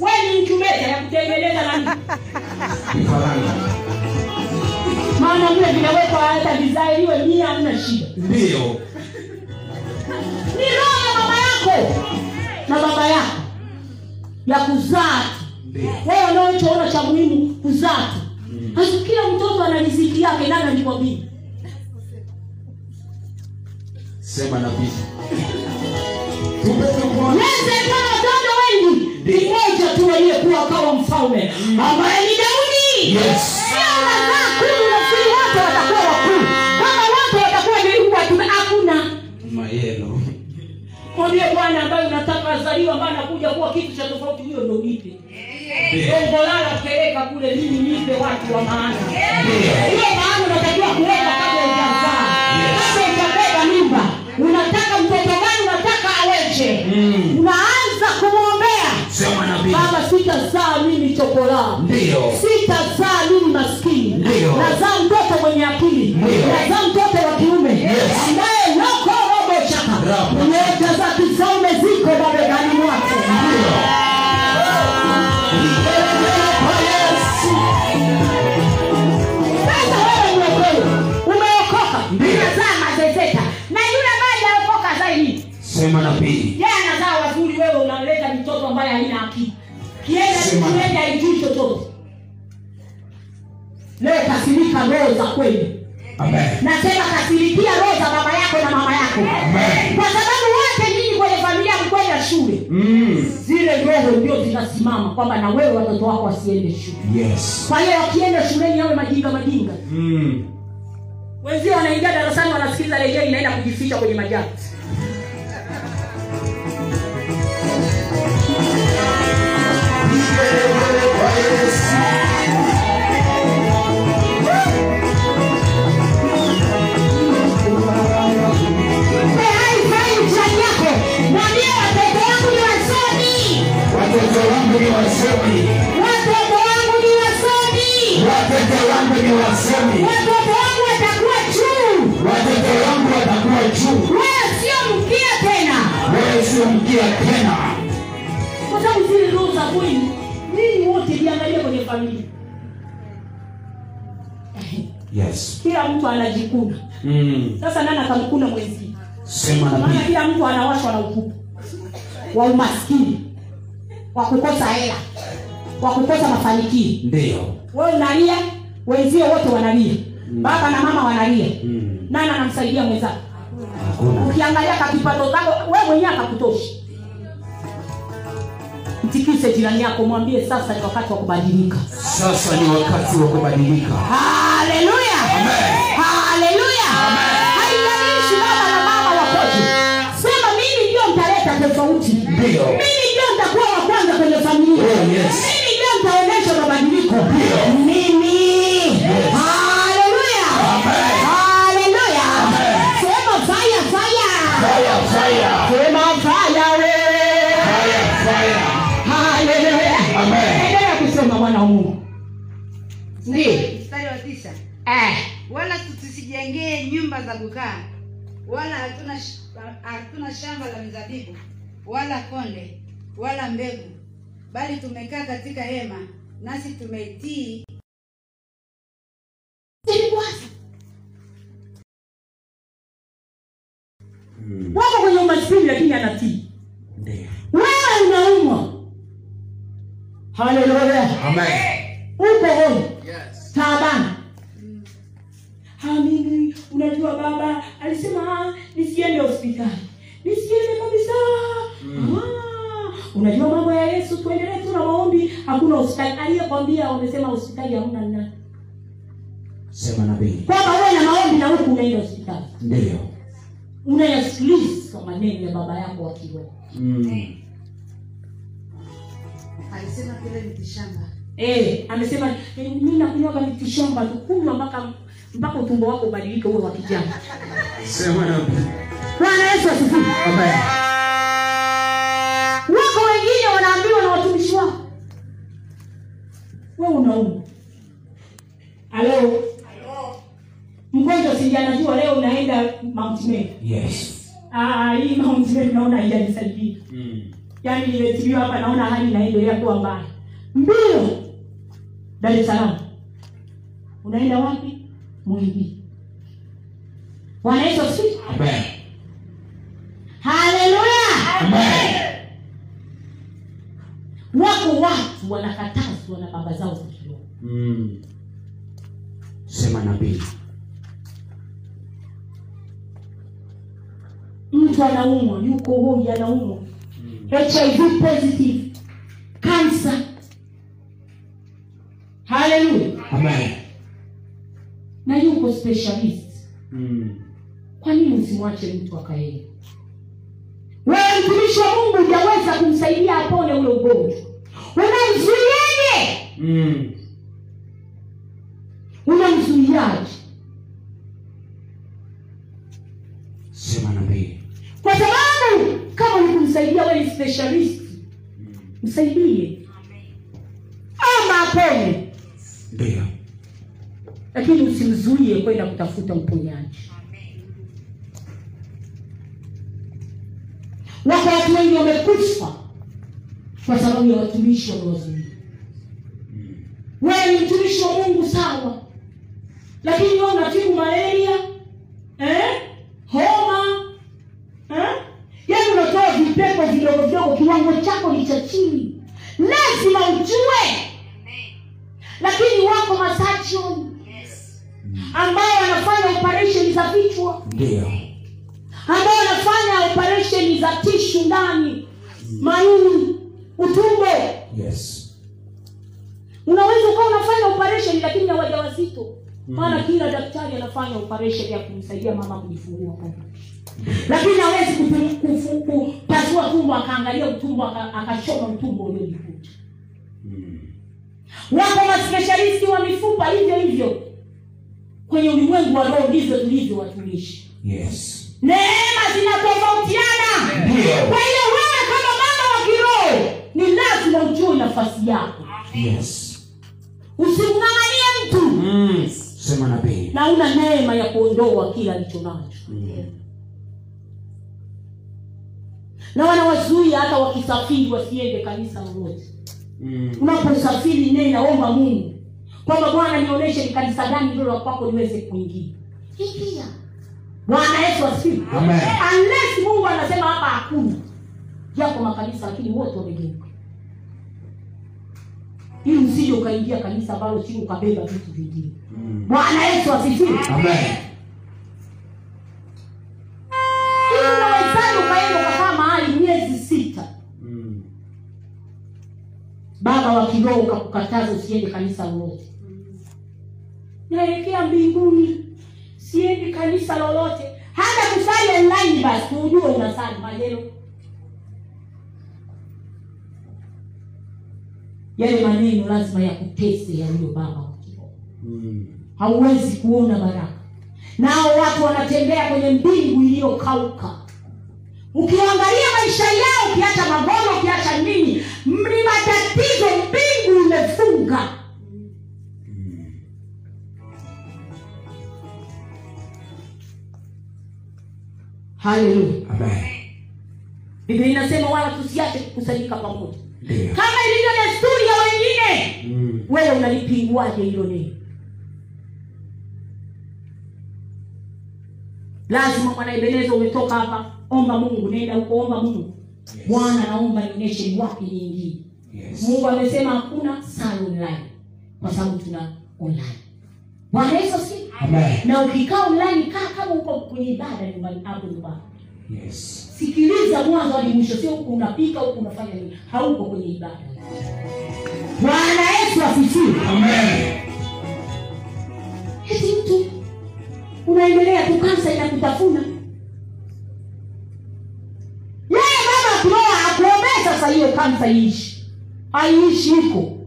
wewe ni mchumeta ya kutengeneza nani Kifaranga. maana mle vinawekwa hata vizaeliwe mia hamna shida Ndio. ni roho ya mama yako na baba yako ya kuzaa tu Ndio. wewe unaochoona cha muhimu kuzaa tu Sasa kila mtoto ana riziki yake nana nikwambie Sema nabii. Tupende kwa weze kuwa na watoto wengi ni moja tu aliyekuwa kama mfalme ambaye ni daudi Yes. Sio unazaa kumi nafikiri wote watakuwa wakuu kama wote watakuwa ni watume hakuna Mayelo. mwambie bwana ambaye unataka azaliwa ambaye anakuja kuwa kitu cha tofauti huyo ndo nipe gongolala peleka kule mimi nipe watu wa maana hiyo maana unatakiwa kuweka kabla hujazaa kabla hujabeba mimba unataka mtoto gani unataka aweje Mm. unaanza kumwombea sema nabii baba sitazaa mimi chokolaa ndio sitazaa mimi maskini Ndio. nazaa mtoto mwenye akili Ndio. nazaa mtoto wa kiume ambaye loko robo shaka Rabo. nyota za kifalme ziko mabegani mwako sasa wewe mwokoe umeokoka unazaa mazezeta na yule ambaye hajaokoka zaidi sema nabii yeye anazaa wazuri wewe unaleta mtoto ambaye haina akili kienda Sema. kienda haijui chochote leo kasirika roho za kweli amen nasema kasirikia roho za baba yako na mama yako kwa sababu wote nyinyi kwenye familia mkwenda shule mm. zile roho ndio zinasimama kwamba na wewe watoto wako wasiende shule yes kwa hiyo wakienda shuleni awe majinga majinga mm. wenzio wanaingia darasani wanasikiliza rejea inaenda kujificha kwenye majani Mpe hai fai mtihani yako mwambie watoto wangu ni wasomi watoto wangu ni wasomi watoto wangu ni wasomi watoto wangu ni wasomi watoto wangu watakuwa juu watoto wangu watakuwa juu wewe sio mkia tena wewe sio mkia tena kwa sababu zile roho za kweli nini wote jiangalie kwenye familia yes kila mtu anajikuna mm. sasa nani atamkuna mwenzie sema maana nabii kila mtu anawashwa na ukuta wa umaskini wa kukosa hela wa kukosa mafanikio ndio wewe unalia wenzio wote wanalia baba na mama wanalia mm. nani anamsaidia mwenzako hakuna ukiangalia kakipato zako we mwenyewe akakutoshi mtikise jirani yako mwambie sasa ni wakati wa kubadilika sasa ni wakati wa kubadilika haleluya haleluya haijalishi baba na mama wakoje sema mimi ndio nitaleta tofauti Ndio. mimi ndio nitakuwa wa kwanza kwenye familia Oh, yes. mimi ndio nitaonyesha mabadiliko mimi haleluya haleluya sema faya faya fire fire sema faya wewe fire fire haleluya Amen. endelea kusema mwana wa mungu ndiyo mstari wa tisa eh. wala tusijengee nyumba za kukaa wala hatuna sh- hatuna shamba la mizabibu wala konde wala mbegu bali tumekaa katika hema nasi tumeitii mm. wako kwenye umaskini lakini anatii ndio wewe unaumwa haleluya amen upo hoi taabani "Ah, mimi unajua baba alisema "Ah, nisiende hospitali nisiende kabisa Ah, unajua mambo ya yesu tuendelee tu na maombi hakuna hospitali aliyekwambia wamesema hospitali hamna nani sema nabii kwamba uwe na maombi na huku unaenda hospitali ndio unayasikiliza maneno ya baba yako wa kiroho mm. alisema kile mitishamba Eh, amesema "Eh, mimi nakunywaga mitishamba tu kunywa mpaka mpaka utumbo wako ubadilike uwe wa kijana sema nabii bwana yesu asifiwe amen wako wengine wanaambiwa na watumishi wao wewe unaumwa alo mgonjwa sija anajua leo unaenda Mount Meru. yes Ah, hii Mount Meru naona haijanisaidika mm. yaani nimetibiwa hapa naona hali inaendelea kuwa mbaya mbio dar es salaam unaenda wapi muhimbili bwana yesu asifiwe. amen haleluya amen wako watu wanakatazwa na baba zao za kiroho mm. sema nabii mtu anaumwa yuko hoi anaumwa Mm. hiv positive kansa haleluya amen na yuko specialist mm. kwa nini usimwache mtu akaenda wewe mtumishi wa mungu hujaweza kumsaidia apone ule ugonjwa unamzuia Mm. unamzuiaje Sema nabii. kwa sababu kama ulikumsaidia wewe ni specialist msaidie ama aponye Ndio. lakini usimzuie kwenda kutafuta mponyaji wako watu wengi wamekufa kwa sababu ya watumishi wanaozuia wewe ni mtumishi wa mungu sawa lakini wewe unatibu malaria eh? homa Eh? yaani unatoa vipepo vidogo vidogo kiwango chako ni cha chini lazima ujue lakini wako masajon ambayo wanafanya operation za vichwa Ndio. ambao wanafanya operation za tishu ndani maini utumbo Yes. unaweza ukawa unafanya operation lakini na wajawazito maana Mm. kila daktari anafanya operation ya kumsaidia mama kujifungua kwa lakini hawezi kutu- kufu- kupasua tumbo akaangalia utumbo aka- akachoma utumbo uliojikunja Mm. wako maspeshalisti wa mifupa hivyo hivyo kwenye ulimwengu wa roho ndivyo tulivyo watumishi Yes. neema zinatofautiana Ndio. kwa hiyo wewe kama mama wa kiroho ni lazima ujue nafasi yako Yes. usimng'ang'anie mtu Mm. Sema nabii. na una neema ya kuondoa kila alicho nacho Mm. na wanawazuia hata wakisafiri wasiende kanisa lolote Mm. unaposafiri nena omba mungu kwamba bwana nionyeshe ni kanisa gani ndilo la kwako niweze kuingia ingia bwana yesu asifiwe Amen. unless mungu anasema hapa hakuna yako makanisa lakini wote wamegeuka ili usije ukaingia kanisa ambalo si ukabeba vitu vingine Mm. bwana yesu asifiwe Amen. ili unawezaji ukaenda ukakaa mahali miezi sita Mm. baba wa kiroho ukakukataza usiende kanisa lolote naelekea mbinguni siendi kanisa lolote hata kusali online basi ujue unasali maneno yale maneno lazima yakutese yaliyo baba wa kiroho Mm. hauwezi kuona baraka nao watu wanatembea kwenye mbingu iliyokauka ukiangalia maisha yao ukiacha magonjwa ukiacha nini ni matatizo mbingu imefunga haleluya Amen. biblia inasema wala tusiache kukusanyika pamoja Ndio. kama ilivyo desturi ya wengine Mm. wewe unalipinguaje hilo neno lazima mwanaebenezo umetoka hapa omba mungu nenda huko omba mungu bwana naomba nionyeshe ni wapi niingie Yes. mungu amesema hakuna sala online kwa sababu tuna online bwana yesu si Amen. na ukikaa online kaa kama uko kwenye ibada nyumbani hapo nyumbani Yes. sikiliza mwanzo hadi mwisho sio huku unapika huku unafanya nini hauko kwenye ibada bwana yesu asifiwe Amen. eti mtu unaendelea tu kansa inakutafuna yeye baba akiroa akuombee sasa hiyo kansa iishi aiishi huko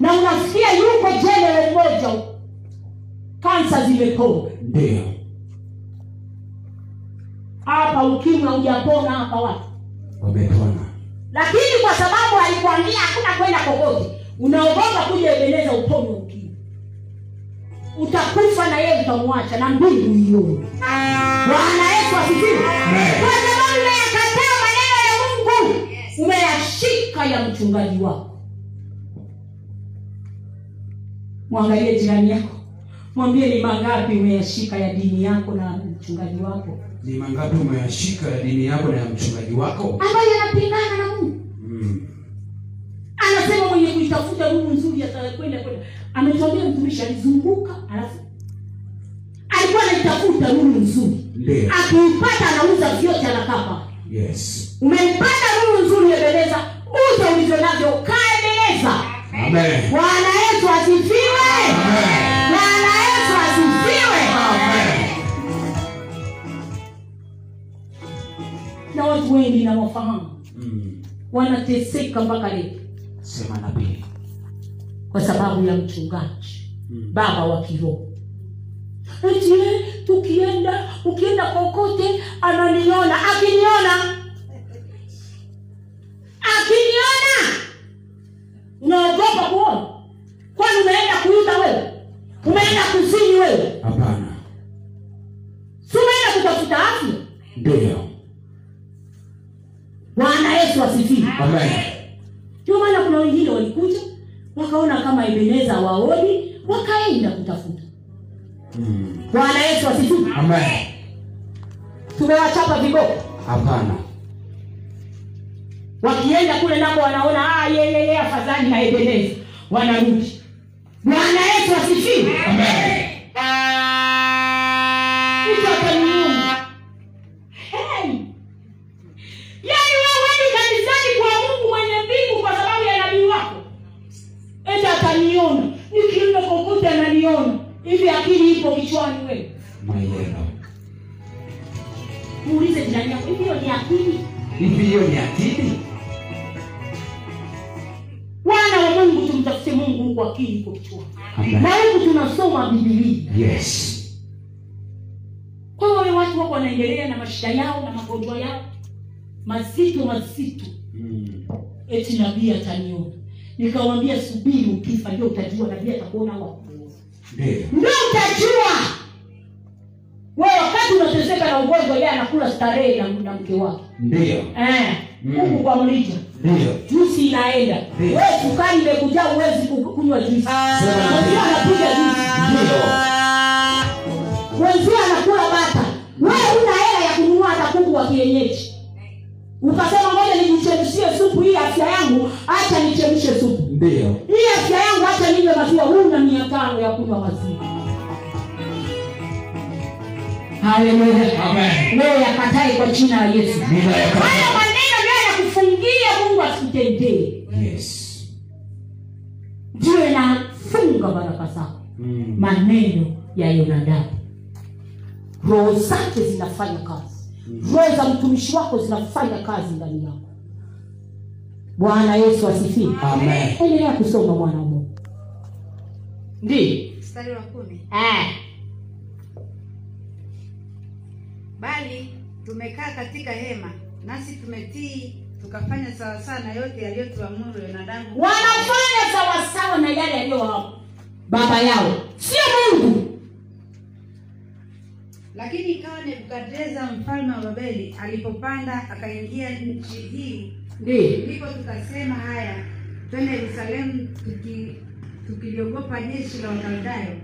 na unasikia yuko jenele moja huko. kansa zimepona Ndio. hapa ukimwi haujapona hapa watu Wamepona. lakini kwa sababu alikwambia hakuna kwenda kokote unaogopa kuja ebeneza upone ukimwi utakufa na yeye utamwacha na mbingu ione bwana yesu asifiwe kwa sababu umeyakataa maneno ya mungu umeyashika ya mchungaji wako mwangalie jirani yako mwambie ni mangapi umeyashika ya dini yako na mchungaji wako Ni mangapi umeyashika ya dini yako na ya mchungaji wako? ambayo yanapingana na mungu Mm. anasema mwenye kuitafuta rumu nzuri atakwenda kwenda ametuambia mtumishi alizunguka alafu alikuwa anaitafuta rumu nzuri Ndio. akiipata anauza vyote anakapa Yes. umempata rumu nzuri ebeleza uza ulivyo navyo kaebeleza Amen. bwana yesu asifiwe bwana yesu asifiwe na watu wengi nawafahamu Mm. wanateseka mpaka leo Sema nabii. kwa sababu ya mchungaji baba wa kiroho eti eh, tukienda ukienda kokote ananiona akiniona akiniona unaogopa kuona kwani umeenda kuuza wewe umeenda kuzini wewe hapana si umeenda kutafuta afya ndio bwana yesu asifiwe amen ndio maana kuna wengine walikuja wakaona kama ebeneza waoni wakaenda kutafuta Mm. bwana yesu asifiwe amen tumewachapa viboko hapana wakienda kule nako wanaona "Ah, yeyeye afadhali na ebeneza wanarudi bwana yesu asifiwe Mtu ataniuma. Hey! Yaani wewe huendi kanisani kwa mungu mwenye mbingu kwa sababu ya nabii wako eti ataniona nikienda kokote ananiona hivi akili ipo kichwani wewe mayelo muulize jirani yako hivi hiyo ni akili hivi hiyo ni akili wana wa mungu tumtafute mungu huku akili iko kichwani na amen huku tunasoma bibilia yes kwa hiyo wale watu wako wanaendelea na mashida yao na magonjwa yao mazito mazito Mm. eti nabii ataniona nikamwambia subiri ukifa ndio utajua nabii atakuona au akuona ndio ndio utajua we wakati unateseka na ugonjwa yeye anakula starehe na, na mke wake ndio Eh, Mm. huku kwa mlija ndio jusi inaenda we sukari imekuja uwezi kunywa juisi wenzio anapiga juisi ndio wenzio anakula bata wewe una hela ya kununua hata kuku wa kienyeji ukasema ngoja nijichemshie supu hii afya yangu hacha nichemshe supu ndio hii afya yangu hata ninywe maziwa huna mia tano ya kunywa maziwa haleluya Amen. leo yakatae kwa jina la yesu ninayakata haya maneno ndio yakufungia mungu asikutendee yes ndiyo inafunga baraka zako Mm. maneno ya yonadabu roho zake zinafanya kazi roho za mtumishi wako zinafanya kazi ndani yako bwana yesu asifiwe amen endelea kusoma mwana wa mungu ndiyo mstari wa kumi Eh. bali tumekaa katika hema nasi tumetii tukafanya sawasawa na yote yaliyotuamuru yonadabu wanafanya sawasawa na yale yaliyo baba yao sio mungu lakini ikawa nebukadreza mfalme wa babeli alipopanda akaingia nchi hii ndiyo ndipo tukasema haya twende yerusalemu tuki- tukiliogopa jeshi la wakaldayo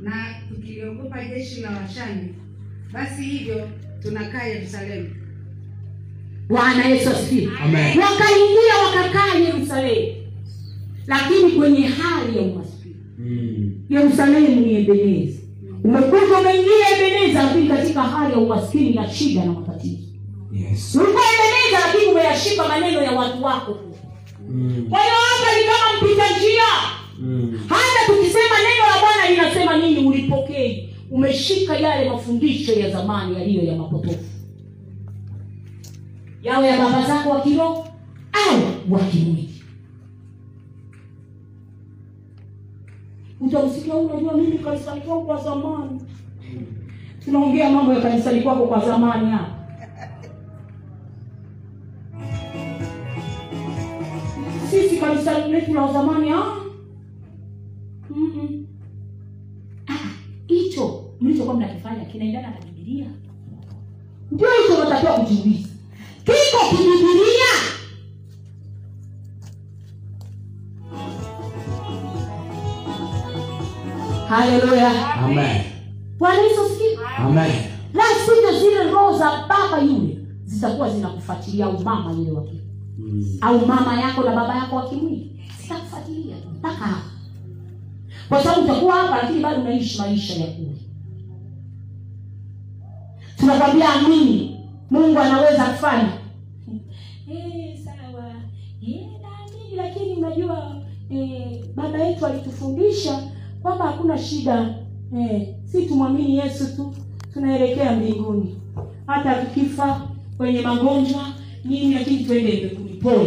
na tukiliogopa jeshi la washani basi hivyo tunakaa yerusalemu bwana yesu asifiwe Amen. wakaingia wakakaa yerusalemu lakini kwenye hali ya umaskini Mm. yerusalemu ni ebeneza umekuja umeingia ebeneza lakini katika hali ya umaskini na shida na matatizo yes ulikuwa ebeneza lakini umeyashika maneno ya watu wako Mm. kwa hiyo hapa ni kama mpita njia Mm. hata tukisema neno la bwana linasema nini ulipokei umeshika yale mafundisho ya zamani yaliyo ya mapotofu yawe ya baba zako wa kiroho au wa kimwili utamsikia huyu, unajua mimi kanisani kwako kwa zamani tunaongea mambo ya kanisani kwako kwa zamani hapa sisi kanisani letu la zamani ah Mm-mm. Ah, hicho mlichokuwa mnakifanya kinaendana na bibilia ndio hicho natakiwa kujiuliza kiko kibibilia haleluya amen bwana yesu asifiwe amen la sivyo zile roho za baba yule zitakuwa zinakufuatilia au mama yule wa kike Mm. au mama yako na baba yako wa kimwili zitakufuatilia tu mpaka hapa kwa sababu utakuwa hapa lakini bado unaishi maisha ya kule tunakwambia amini mungu anaweza kufanya Eh, sawa Eh, naamini lakini unajua eh, baba yetu alitufundisha kwamba hakuna shida eh, si tumwamini yesu tu tunaelekea mbinguni hata tukifa kwenye magonjwa nini lakini twende mbinguni pole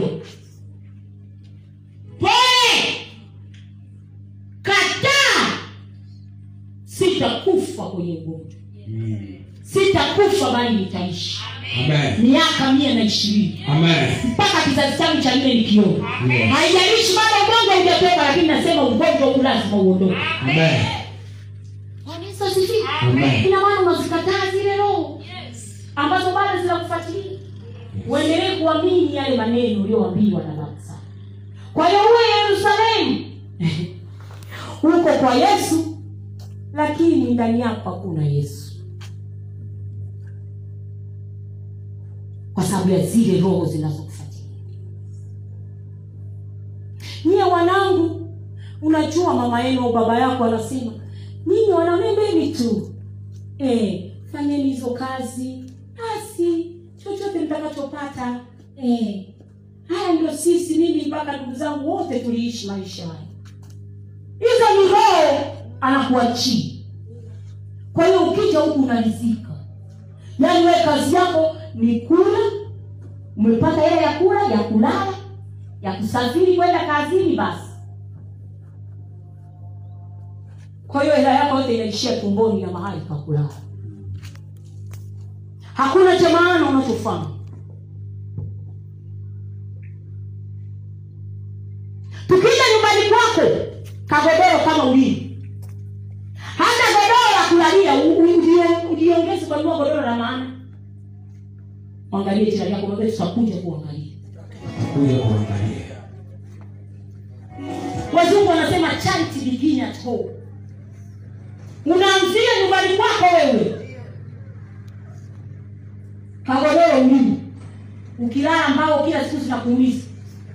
pole kufa kwenye ugonjwa sitakufa bali nitaishi Amen. miaka mia na ishirini Amen. mpaka kizazi changu cha nne nikiona Yes. haijalishi mada ugonjwa haujatoka lakini nasema ugonjwa huu lazima uondoke Amen. Bwana Yesu asifiwe. Amen. ina maana unazikataa zile roho ambazo bado zinakufuatilia uendelee kuamini yale maneno uliyoambiwa na baba zako kwa hiyo huwe yerusalemu <laughs> uko kwa yesu lakini ndani yako hakuna yesu kwa sababu ya zile roho zinazokufuatilia nyie wanangu unajua mama yenu au baba yako anasema mimi wanamembeni tu eh, fanyeni hizo kazi basi chochote mtakachopata eh, haya ndio sisi mimi mpaka ndugu zangu wote tuliishi maisha haya hizo ni roho anakuachia kwa hiyo ukija huku unalizika yaani we kazi yako ni kula umepata hela ya kula ya kulala ya kusafiri kwenda kazini basi kwa hiyo hela yako yote inaishia tumboni na mahali pa kulala hakuna cha maana unachofanya tukija nyumbani kwako kagodoro kama ulivyo hata godoro la kulalia u- u- ujio- ujiongeze kanua godoro la maana mwangalie jirani yako mwambie tutakuja kuangalia Kuja kuangalia. wazungu wanasema charity begin at home unaanzia nyumbani kwako wewe kagodoro ulimi ukilala ambao kila siku zinakuuliza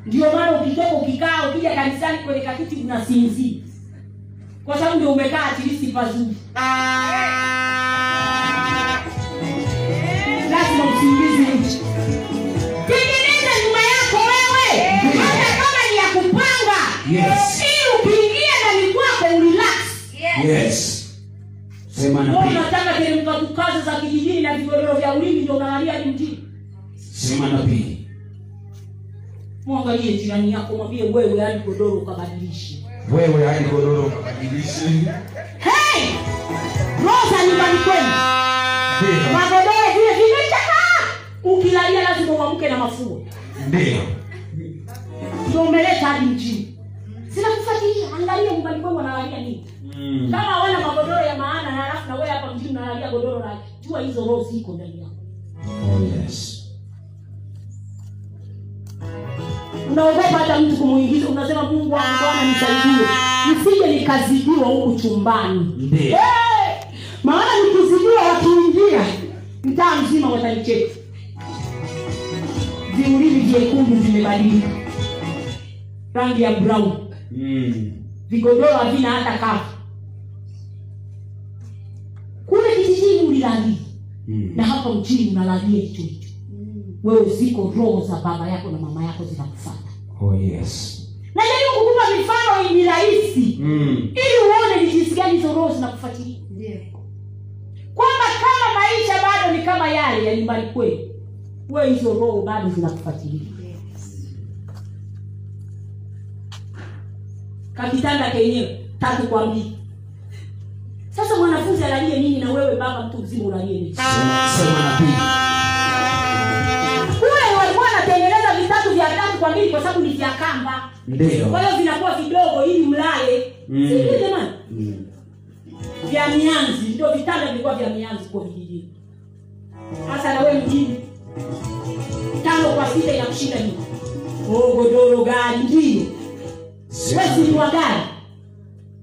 ndio maana ukitoka ukikaa ukija kanisani kwenye kakiti unasinzia kwa sababu ndio umekaa atilisi pazuri lazima usingizi uje. tengeneza nyumba yako wewe hata kama ni ya kupanga Yes. ili ukiingia ndani kwako urelax Yes. Sema na Wewe pili. unataka teremka kukaza za kijijini na vigodoro vya ulimi ndio unalalia hadi mjini Sema na pili. mwangalie jirani yako mwambie wewe hadi godoro ukabadilishe Wewe hadi godoro ukabadilishe. hey! roho za nyumbani kwenu Ndio. magodoro vile vimechakaa ukilalia lazima uamke na mafua Ndio. ndio umeleta hadi mjini zinakufuatilia angalia nyumbani kwenu wanalalia nini Mm. kama hawana magodoro ya maana na halafu na wewe hapa mjini unalalia godoro la jua hizo roho ziko ndani yako Oh yes. unaogopa hata mtu kumuingiza unasema mungu wangu bwana nisaidie nisije nikazidiwa huku chumbani Ndio. Eh, maana nikizidiwa wakiingia mtaa mzima watanicheka viulimi vyekundu vimebadilika rangi ya brown Hmm. Mm. vigodoro havina hata kafu kule kijijini ulilalii Mm. na hapa mjini unalalia hicho hicho wewe ziko roho za baba yako na mama yako zinakufata Oh yes. najaribu kukupa mifano ni rahisi Mm. ili uone ni jinsi gani hizo roho zinakufuatilia Ndio. kwamba kama maisha bado ni kama yale ya nyumbani kwenu we hizo roho bado zinakufuatilia kakitanda kenyewe tatu kwa mbili sasa mwanafunzi alalie nini na wewe baba mtu mzima ulalie nini Sema sema na pili. kule walikuwa wanatengeneza vitatu vya tatu kwa mbili kwa sababu ni vya kamba kwa Ndio. hiyo vinakuwa vidogo ili mlale Mm. sindio jamani Mm. vya mianzi ndio vitanda vilikuwa vya mianzi kwa vijijini hasa na wewe mjini tano kwa sita inakushinda nini Oh, godoro gari ndio Sema. wesi ni wa gari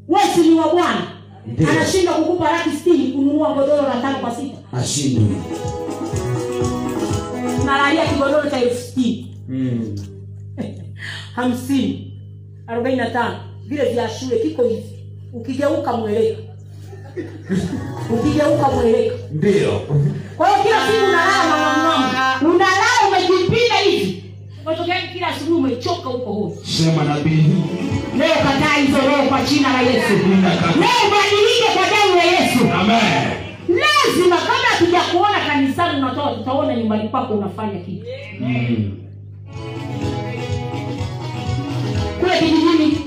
wesi ni wa bwana Ndio. anashindwa kukupa laki sitini kununua godoro la tano kwa sita Ashindwe. nalalia kigodoro cha elfu sitini <laughs> Hmm. Mm. hamsini arobaini na tano vile vya shule kiko hivi ukigeuka mweleka <laughs> ukigeuka mweleka Ndio. kwa hiyo kila siku unalala mangamngamu unalala umejipinda hivi matokeo kila asubuhi umechoka huko huko Sema na pili. leo kataa hizo roho kwa jina la yesu leo ubadilike kwa damu ya yesu Amen. lazima kama hatujakuona kanisani unatoa tutaona nyumbani kwako unafanya kitu Mm. Hmm. kule kijijini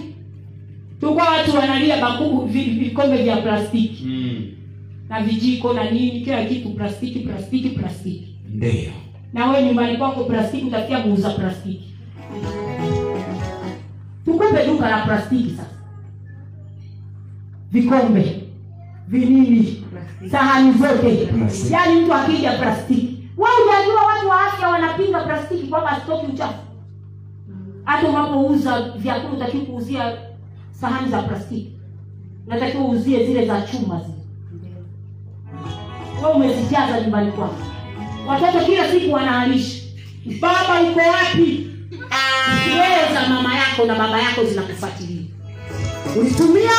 tulikuwa watu wanalia bakubu vi- vikombe vya plastiki Mm. Na na vijiko na nini kila kitu plastiki plastiki plastiki ndio na wewe nyumbani kwako plastiki utafikia muuza plastiki tukupe duka la plastiki sasa vikombe vinini sahani zote Plastiki. yaani mtu akija plastiki we unajua watu wa afya wanapinga plastiki kwamba asitoki uchafu hata unapouza vyakula utaki kuuzia sahani za plastiki unatakiwa uuzie zile za chuma zile wewe umezijaza nyumbani kwako watoto kila siku wanaalisha baba uko wapi wewe za mama yako na baba yako zinakufuatilia ulitumia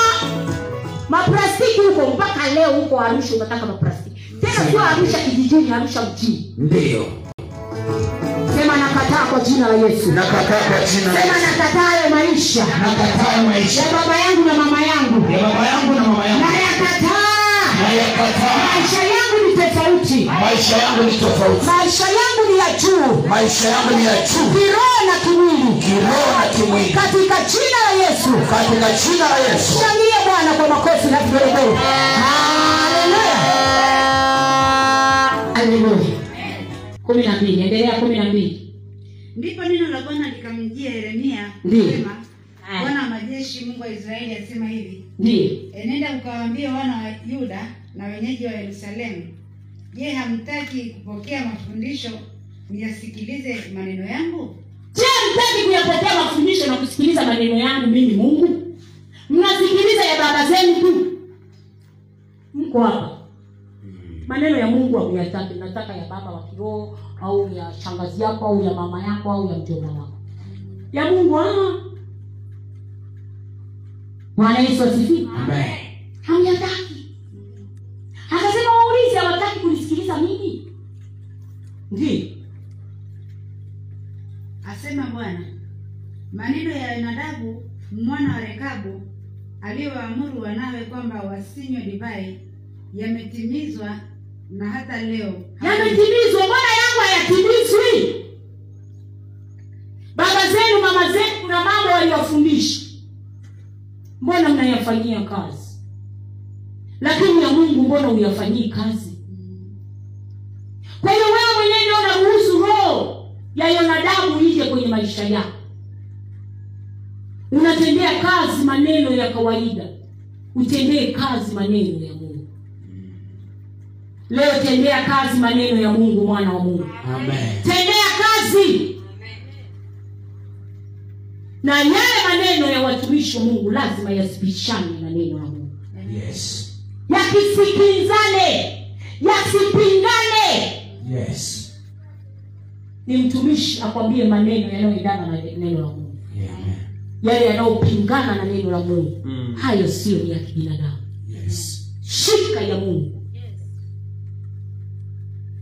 maplastiki huko mpaka leo huko arusha unataka maplastiki tena sio arusha kijijini arusha mjini ndio sema nakataa kwa jina la yesu nakataa kwa jina la sema Yesu. nakataa hayo maisha nakataa maisha ya baba yangu na mama yangu ya baba yangu na mama yangu nayakataa nayakataa maisha yangu ni tofauti maisha yangu ni tofauti maisha yangu ni ya juu maisha yangu ni ya juu kiroho na kimwili kiroho na kimwili katika jina la yesu katika jina la yesu shangilie bwana kwa makofi na vigeregere haleluya haleluya kumi na mbili endelea kumi na mbili ndipo neno la bwana likamjia yeremia Ndiyo. kusema bwana wa majeshi mungu wa israeli asema hivi ndiyo enenda ukawaambie wana wa yuda na wenyeji wa yerusalemu je hamtaki kupokea mafundisho myasikilize maneno yangu je mtaki kuyapokea mafundisho na kusikiliza maneno yangu mimi mungu mnasikiliza ya baba zenu tu mko hapa maneno ya mungu hakuyataki nataka ya baba wa kiroho au ya shangazi yako au ya mama yako au ya mjomba wako ya mungu ah. bwana yesu asifiwe amen hamyataki akasema waulizi hawataki kunisikiliza mimi ndio asema bwana maneno ya yonadabu mwana wa rekabu aliyowaamuru wanawe kwamba wasinywe divai yametimizwa na hata leo yametimizwa mbona yangu hayatimizwi baba zenu mama zenu kuna mambo waliyofundisha mbona mnayafanyia kazi lakini ya mungu mbona huyafanyii kazi kwa hiyo wewe mwenyewe ndio unaruhusu roho ya yonadabu ije kwenye maisha yako unatendea kazi maneno ya kawaida utendee kazi maneno ya mungu leo tendea kazi maneno ya mungu mwana wa mungu amen tendea kazi na yale maneno ya watumishi wa mungu lazima yasipishane na neno la mungu yes yasikinzane yasipingane yes ni mtumishi akwambie maneno yanayoendana na neno la mungu yeah, amen yale yanayopingana na neno la mungu Mm. hayo siyo ni ya kibinadamu yes shika ya mungu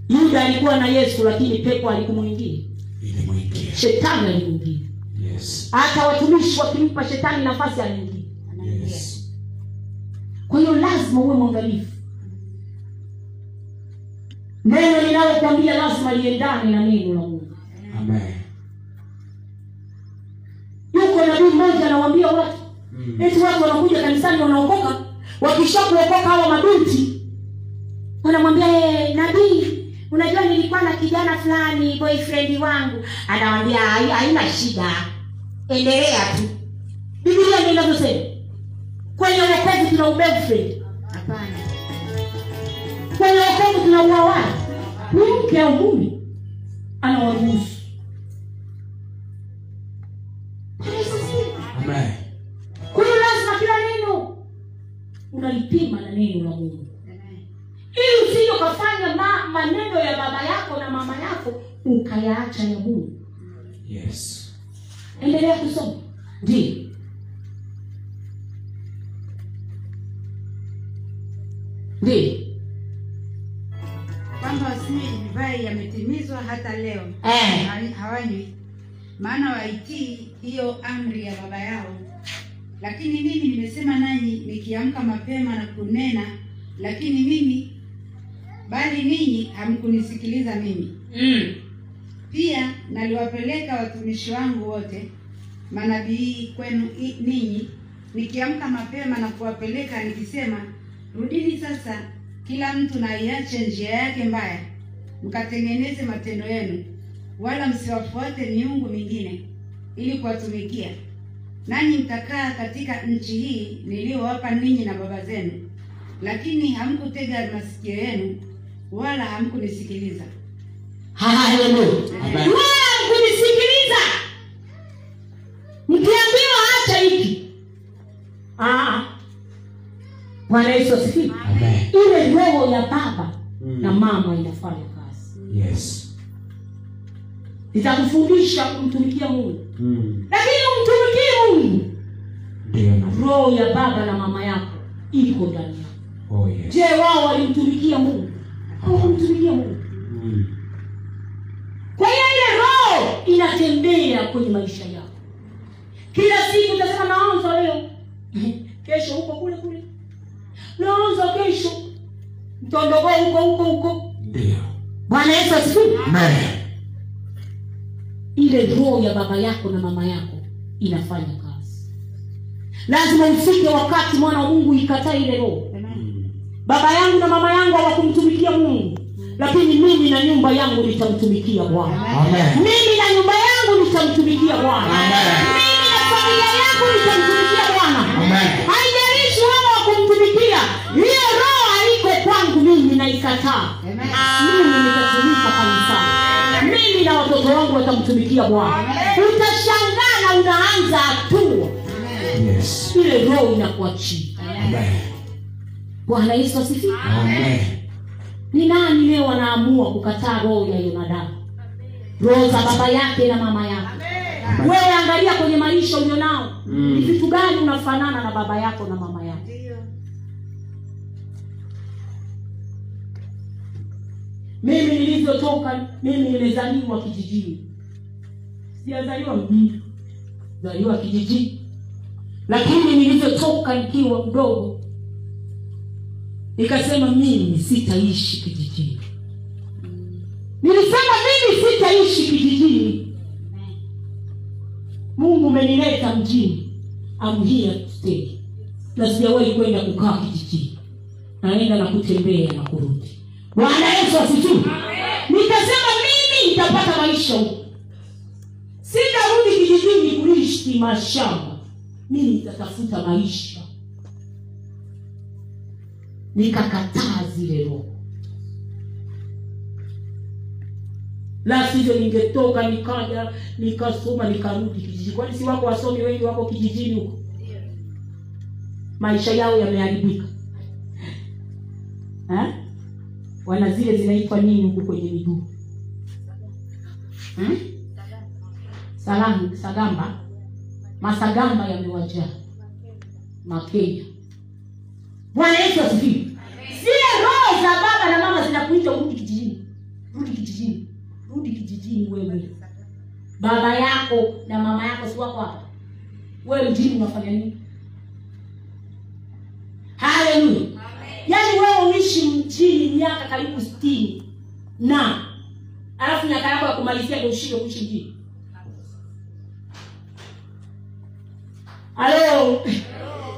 yuda alikuwa na yesu lakini pepo alikumwingia ilimwingia shetani alimwingia yes hata watumishi wakimpa shetani nafasi aliingia yes kwa hiyo lazima uwe mwangalifu neno linalokwambia lazima liendane na neno la mungu amen yuko nabii mmoja anawaambia watu Mm. eti watu wanakuja kanisani wanaokoka wakisha kuokoka hawa mabinti wanamwambia "Eh, nabii unajua nilikuwa na kijana fulani boyfriend wangu anawambia haina shida endelea tu bibilia ndio inavyosema kwenye wokovu tuna uboyfriend hapana kwenye wokovu tuna uawai ni mke au mume anawaruhusu Bwana Yesu asifiwe. amen kwa hiyo lazima kila neno unalipima na neno la mungu ili usije ukafanya ma, maneno ya baba yako na mama yako ukayaacha ya mungu yes endelea kusoma ndiyo ndiyo kwamba wasinywe divai yametimizwa hata leo eh. Hawa- hawanywi maana waitii hiyo amri ya baba yao lakini mimi nimesema nanyi nikiamka mapema na kunena lakini mimi bali ninyi hamkunisikiliza mimi mm. pia naliwapeleka watumishi wangu wote manabii kwenu i- ninyi nikiamka mapema na kuwapeleka nikisema rudini sasa kila mtu na iache njia yake mbaya, mkatengeneze matendo yenu, wala msiwafuate miungu mingine ili kuwatumikia. Nanyi mtakaa katika nchi hii niliyowapa ninyi na baba zenu, lakini hamkutega masikio yenu wala hamkunisikiliza. haleluya Amen. wala mkunisikiliza mkiambiwa acha hiki Ah, ah. bwana yesu asifiwe Amen. ile roho ya baba Mm. na mama inafanya kazi Yes. nitakufundisha kumtumikia mungu Mm. lakini umtumikie mungu Ndio na. roho ya baba na mama yako iko ndani yako Oh yes. je wao walimtumikia mungu hawakumtumikia mungu Mm. kwa hiyo ile roho inatembea kwenye maisha yako kila siku utasema naanza leo <laughs> kesho huko kule kule naanza kesho mtondogoo huko huko huko Ndio. bwana yesu asifiwe Amen. ile roho ya baba yako na mama yako inafanya kazi lazima ufike wakati mwana wa mungu ikataa ile roho Mm. baba yangu na mama yangu hawakumtumikia mungu lakini mimi na nyumba yangu nitamtumikia bwana Amen. mimi na nyumba yangu nitamtumikia bwana mimi na familia yangu nitamtumikia bwana Amen. haijalishi hawa wakumtumikia hiyo roho haiko kwangu mimi naikataa Amen. mimi nitatumika kanisani mimi na watoto wangu watamtumikia bwana utashangaa na unaanza hatua Yes. ile roho inakuachia Amen. bwana yesu asifiwe Amen. ni nani leo anaamua kukataa roho ya yonadabu roho za baba yake na mama yake wewe angalia kwenye maisha ulionao Mm. ni vitu gani unafanana na baba yako na mama yako Ndiyo. mimi nilivyotoka mimi nimezaliwa kijijini sijazaliwa mjini zaliwa kijijini lakini nilivyotoka nikiwa mdogo nikasema mimi sitaishi kijijini nilisema mimi sitaishi kijijini mungu umenileta mjini I'm here to stay na sijawahi kwenda kukaa kijijini naenda na kutembea na kurudi bwana yesu asifiwe nikasema mimi nitapata maisha huko sitarudi kijijini kuishi mashamba mimi nitatafuta maisha nikakataa zile roho la sivyo ningetoka nikaja nikasoma nikarudi kijijini kwani si wako wasomi wengi wako kijijini huko maisha yao yameharibika Eh? wana zile zinaitwa nini huku kwenye miguu Hmm? Salamu, sagamba masagamba yamewajaa makenya bwana yesu asifiwe zile roho za baba na mama zinakuita urudi kijijini rudi kijijini rudi kijijini wewe baba yako na mama yako si wako hapa wewe mjini unafanya nini haleluya yaani wewe uishi mjini miaka karibu stini na alafu miaka yako ya kumalizia ndio ushinde kuishi mjini halo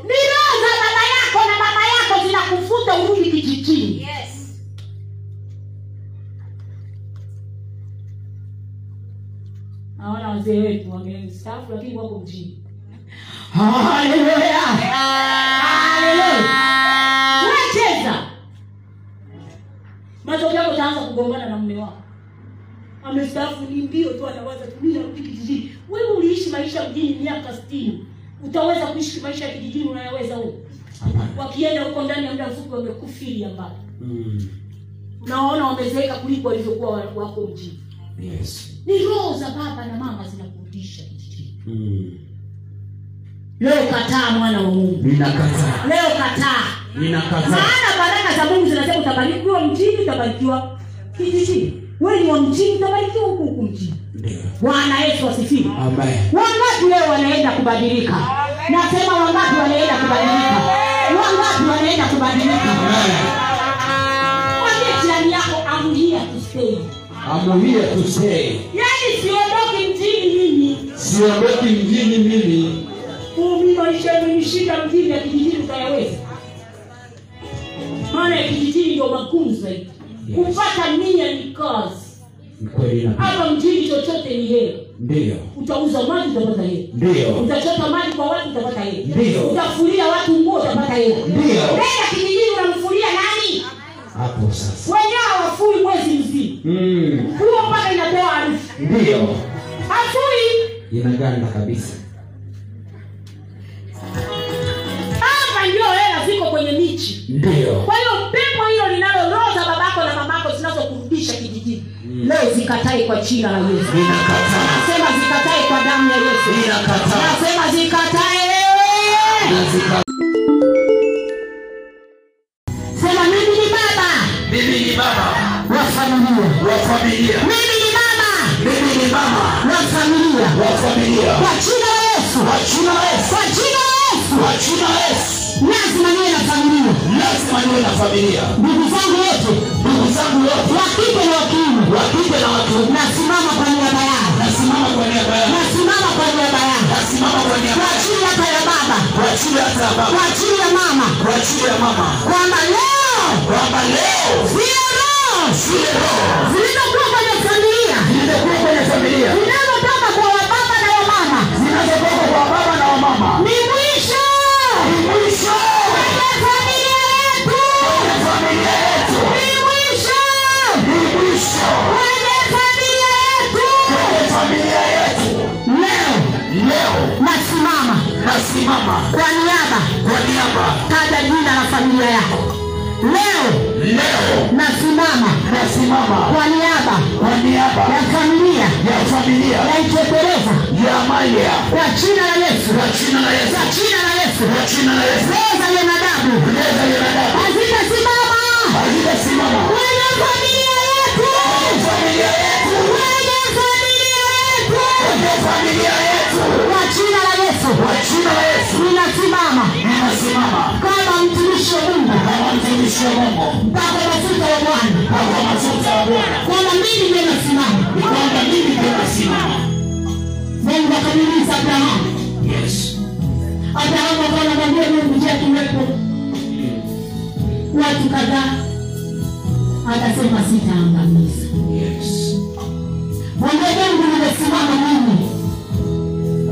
ni roho za baba yako na mama yako zinakufuta urudi kijijini Yes. naona wazee wetu wamestaafu lakini wako mjini unacheza matokeo yako utaanza kugombana na mume wako amestaafu ni mbio tu anawaza tu mimi narudi kijijini wewe uliishi maisha mjini miaka sitini utaweza kuishi maisha ya kijijini unayaweza wewe Amen. wakienda huko ndani ya muda mfupi wamekufiri ambapo Mm. unaona wamezeeka kuliko walivyokuwa wa- wako mjini Yes. ni roho za baba na mama zinakurudisha kijijini Mm. leo kataa mwana wa mungu Ninakataa. leo kataa Ninakataa. maana baraka za mungu zinasema utabarikiwa mjini utabarikiwa kijijini wewe ni wa mjini utabarikiwa huku huku mjini Ndio. bwana yesu asifiwe Amen. wangapi leo wanaenda kubadilika nasema wangapi wanaenda kubadilika wangapi wanaenda kubadilika mwambie jirani yako amlia tusei I'm here to say, yaani siondoki mjini mimi siondoki mjini mimi. Huu mimi maisha yenu nishinda mjini ya kijijini utayaweza maana ya kijijini ndio magumu zaidi kupata nia ni kazi Ni kweli na hapa mjini chochote ni hela ndiyo utauza maji utapata hela ndiyo utachota maji kwa watu utapata hela Ndiyo. utafulia watu nguo utapata hela Ndiyo. nenda kijijini unamfulia nani hapo sasa wenyewe hawafui mwezi mzima mm. huo mpaka inatoa harufu ndiyo hafui inaganda kabisa hapa ndio hela ziko kwenye michi ndiyo kwa hiyo pepo hilo linaloroza babako na mamako zinazokurudisha kijijini Mm. leo zikatae kwa jina la yesu ninakataa nasema zikatae kwa damu ya yesu ninakataa nasema zikatae wewe Nazika- sema mimi ni baba mimi ni baba wa familia wa familia mimi ni baba mimi ni mama wa familia wa familia kwa jina la yesu kwa jina la Yesu kwa jina la yesu kwa jina la Yesu lazima niwe na familia lazima niwe na familia ndugu zangu wote ndugu zangu wote wa kike na wa kiume wa kike na watu nasimama kwa niaba yao nasimama kwa niaba yao nasimama kwa niaba yao nasimama kwa niaba kwa ajili hata ya baba kwa ajili ya baba kwa ajili ya mama kwa ajili ya mama kwamba leo kwamba leo zile roho zile roho zilizokuwa kwenye familia zilizokuwa kwenye familia zinazotoka kwa wababa na wamama zinazotoka kwa baba na wamama ni mwisho mwisho Kwenye familia yetu ya familia yetu ni mwisho ni mwisho Kwenye familia yetu kwenye familia yetu leo leo nasimama nasimama kwa niaba kwa niaba taja jina la familia yako leo leo nasimama nasimama kwa niaba kwa niaba ya familia ya familia ya itekeleza ya Malia kwa jina la yesu kwa jina la Yesu kwa jina la yesu kwa jina la Yesu roho za binadamu meza ya dada hazitasimama hazitasimama kwenye familia yetu familia yetu kwenye familia yetu kwenye familia yetu kwa jina la yesu kwa jina la Yesu ninasimama ninasimama kama mtumishi wa mungu kama mtumishi wa Mungu mpaka mafuta ya bwana na kwa mafuta ya Bwana kwamba mimi ndiye nasimama kwamba mimi ndiye nasimama mungu akamiliza abrahamu Yes abrahamu akawa anamwambia mungu je tuwepo watu kadhaa akasema sitaangamiza Yes mwambie mungu nimesimama mimi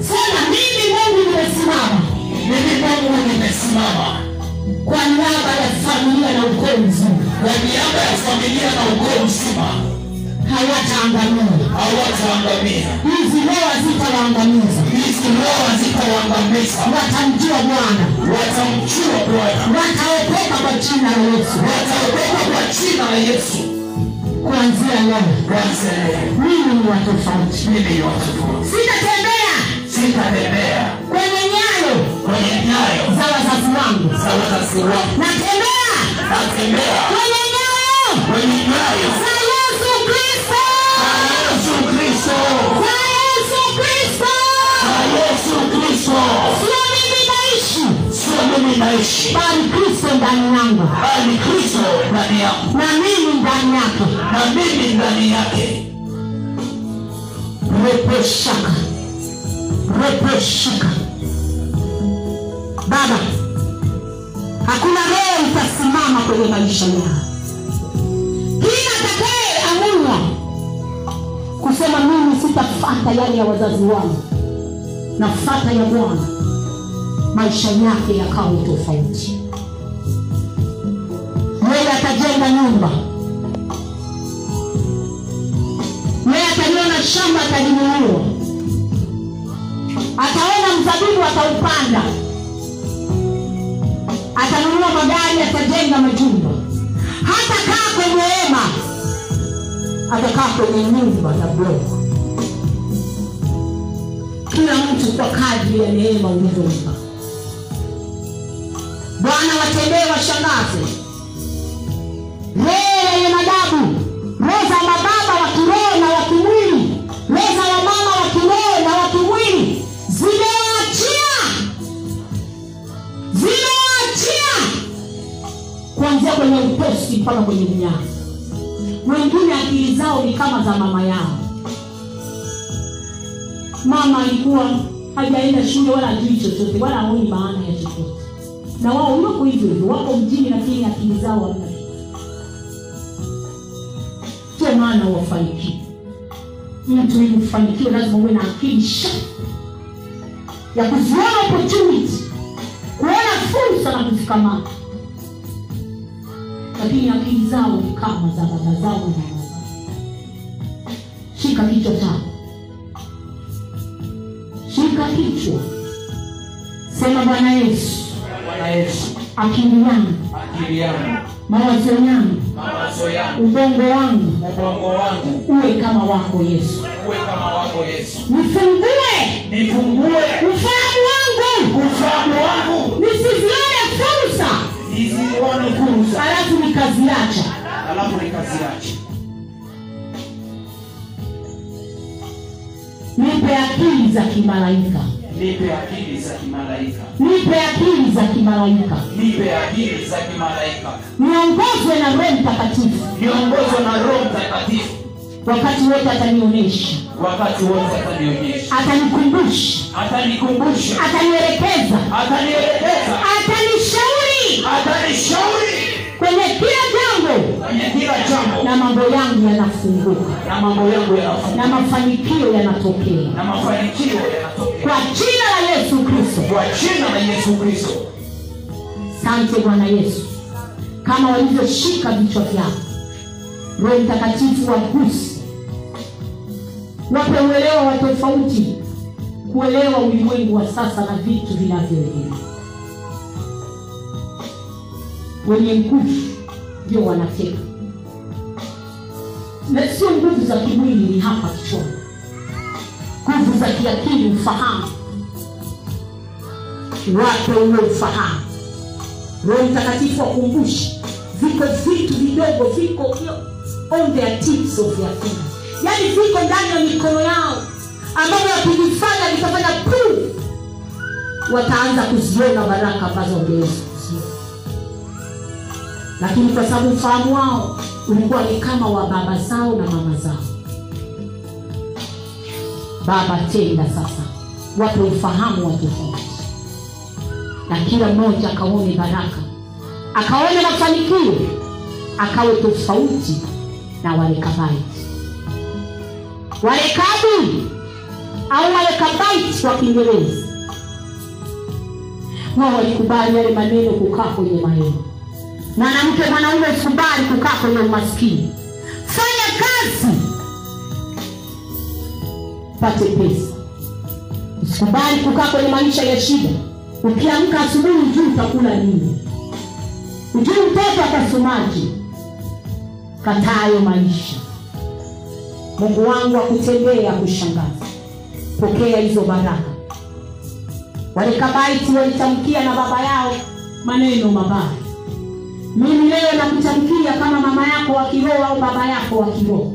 sema mimi mungu nimesimama mimi Mungu nimesimama kwa niaba ya familia na ukoo mzima kwa niaba ya familia na ukoo mzima hawataangamia hawataangamia hizi roho hazitawaangamiza hizi roho hazitawaangamiza watamjua bwana watamjua Bwana wataokoka kwa jina la yesu wataokoka kwa jina la Yesu kuanzia leo kwanza leo mimi ni watofauti mimi ni wa tofauti sitatembea sitatembea kwenye nyayo kwenye nyayo za wazazi wangu za wazazi wangu natembea natembea kwenye nyayo kwenye nyayo za yesu kristo za Yesu Kristo za yesu kristo za Yesu Kristo sio mimi naishi sio mimi naishi bali kristo ndani yangu bali Kristo ndani yangu na mimi ndani yake na mimi ndani yake reposhaka reposhaka baba hakuna roho itasimama kwenye maisha yao kila atakaye amua kusema mimi sitafata yale ya wazazi wangu nafata ya bwana maisha yake yakawe tofauti yeye atajenga nyumba naye ataliona shamba atalinunua ataona mzabibu ataupanda atanunua magari atajenga majumba hata kaa kwenye hema atakaa kwenye nyumba na bloko kila mtu kwa kadri ya neema ulivyompa bwana watendee washangaze roho yenye madabu roho za mababa wa kiroho na wa kimwili roho za wamama wa kiroho na wa kimwili zimewaachia zimewaachia kuanzia kwenye utosi mpaka kwenye mnyama wengine akili zao ni kama za mama yao mama alikuwa hajaenda shule wala ajui chochote wala aoni maana ya chochote na wao yuko hivyo hivyo wako mjini lakini akili zao hamna ndio maana wafanikiwe mtu ili ufanikiwe lazima uwe na akili sha ya kuziona opportunity kuona fursa na kuzikamata lakini akili zao ni kama za baba zao na mama zao shika kichwa chako shika kichwa sema bwana yesu bwana yesu akili yangu akili yangu mawazo yangu mawazo yangu ubongo wangu ubongo wangu uwe kama wako yesu uwe kama wako yesu nifungue nifungue ufahamu wangu ufahamu wangu nisizione fursa nisione fursa halafu nikaziacha alafu ni kazi yake nipe akili za kimalaika nipe akili za kimalaika nipe akili za kimalaika nipe akili za kimalaika niongozwe na roho mtakatifu niongozwe na roho mtakatifu wakati wote atanionyesha wakati wote atanionyesha atanikumbusha atanikumbusha atanielekeza atanielekeza atanishauri atanishauri kwenye kila jambo kwenye kila jambo na mambo yangu yanafunguka na mambo yangu na yanafunguka mafanikio yanatokea na mafanikio yanatokea kwa jina la yesu kristo kwa jina la yesu kristo sante bwana yesu kama walivyoshika vichwa vyao roho mtakatifu waguse wape uelewa wa tofauti kuelewa ulimwengu wa sasa na vitu vinavyoenea wenye nguvu ndio wanateka na sio nguvu za kimwili ni hapa kichwani nguvu za kiakili ufahamu wape huo ufahamu roho mtakatifu wakumbushi viko vitu vidogo viko on their tips of their fingers yaani viko ndani ya mikono yao ambavyo wakivifanya vitafanya puu wataanza kuziona baraka ambazo wangeweza kuziona lakini kwa sababu ufahamu wao ulikuwa ni kama wa baba zao na mama zao baba tenda sasa wape ufahamu wa tofauti na kila mmoja akaone baraka akaone mafanikio akawe tofauti na warekabaiti warekabu au warekabaiti wa kiingereza wao walikubali yale maneno kukaa kwenye maneno mwanamke mwanaume ukubali kukaa kwenye umaskini fanya kazi pate pesa usikubali kukaa kwenye maisha ya shida ukiamka asubuhi hujui utakula nini hujui mtoto atasomaje katayo maisha mungu wangu akutendee ya kushangaza pokea hizo baraka walekabaiti walitamkia na baba yao maneno mabaya mimi leo nakutamkia kama mama yako wa kiroho au baba yako wa kiroho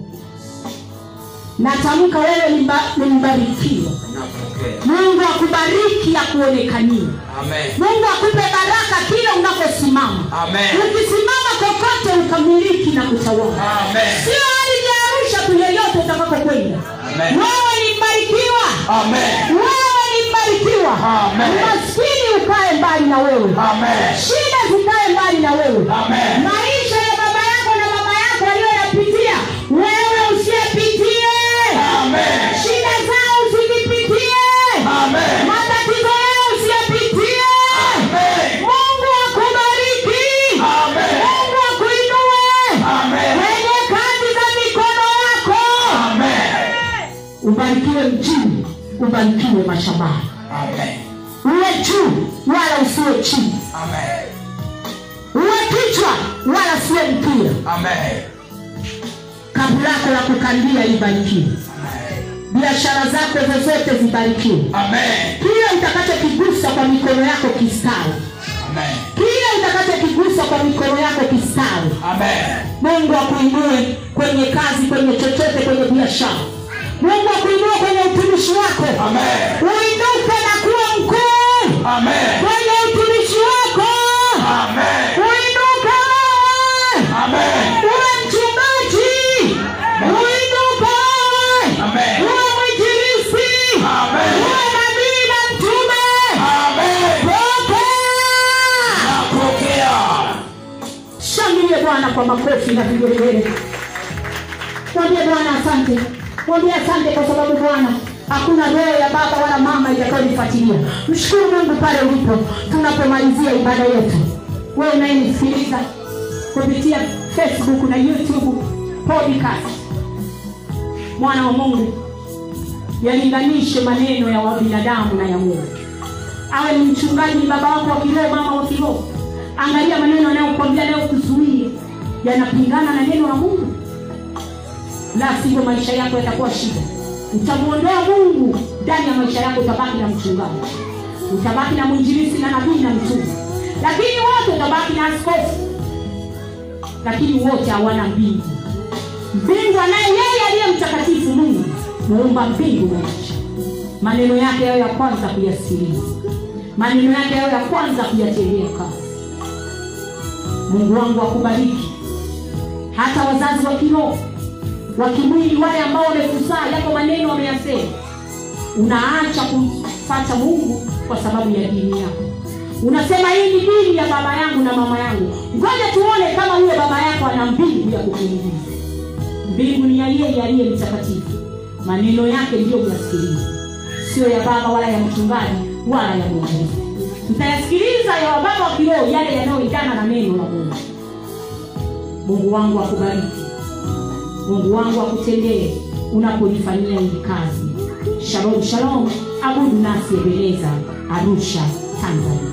natamka wewe ni mba- ni mbarikiwa napokea mungu akubariki ya kuonekania amen mungu akupe baraka kila unaposimama amen ukisimama kokote ukamiliki na kutawala amen sio ardhi ya arusha tu yeyote utakapokwenda amen wewe ni mbarikiwa amen wewe ni mbarikiwa Amen. maskini ukae mbali na wewe amen shida zikae mbali na wewe Amen. maisha ya baba yako na mama yako aliyoyapitia wewe usiyapitie Amen. shida zao usizipitie amen matatizo yao usiyapitie Amen. mungu akubariki Amen. mungu akuinue amen wenye kazi za mikono yako amen ubarikiwe mjini ubarikiwe mashambani amen uwe juu wala usiwe chini amen uwe kichwa wala siwe mpira amen kapu lako la kukandia libarikiwe biashara zako zozote zibarikiwe amen kila utakachokigusa kwa mikono yako kistawi amen kila utakachokigusa kwa mikono yako kistawi amen mungu akuinue kwenye kazi kwenye chochote kwenye biashara mungu akuinue kwenye utumishi wako amen uinuke na kuwa mkuu amen kwenye utumishi wako amen uinuke amen uwe mchungaji uinuke Amen. uwe mwinjilisi Amen. uwe nabii na mtume amen pokea kwa makofi na vigelegele mwambie bwana asante mwambie asante kwa sababu bwana hakuna roho ya baba wala mama itakayonifuatilia mshukuru mungu pale ulipo tunapomalizia ibada yetu wewe unayenisikiliza kupitia facebook na youtube podcast mwana wa mungu yalinganishe maneno ya wabinadamu na ya mungu awe ni mchungaji ni baba wako wa kiroho mama wa kiroho angalia maneno anayokwambia anayokuzuia yanapingana na neno la mungu la sivyo maisha yako yatakuwa shida utamwondoa mungu ndani ya maisha yako utabaki na mchungaji utabaki na mwinjilisi na nabii na mtume lakini wote utabaki na askofu lakini wote hawana mbingu mbingu anaye yeye aliye mtakatifu mungu muumba mbingu na nchi maneno yake yayo ya kwanza kuyasikiliza maneno yake yayo ya kwanza kuyatendea kazi mungu wangu akubariki hata wazazi wa kiroho wa kimwili wale ambao wamekusaa yako maneno wameyasema unaacha kumfata mungu kwa sababu ya dini yako unasema hii ni dini ya baba yangu na mama yangu ngoja tuone kama huyo baba yako ana mbingu ya kukuingiza mbingu ni ya yeye aliye mtakatifu maneno yake ndiyo uyasikiliza sio ya baba wala ya mchungaji wala ya mwalimu tutayasikiliza ya wababa wa kiroho yale yanayoitana na neno la mungu mungu wangu akubariki mungu wangu akutendee unapoifanyia hii kazi shalom shalom abudu nasi ebeleza arusha tanzania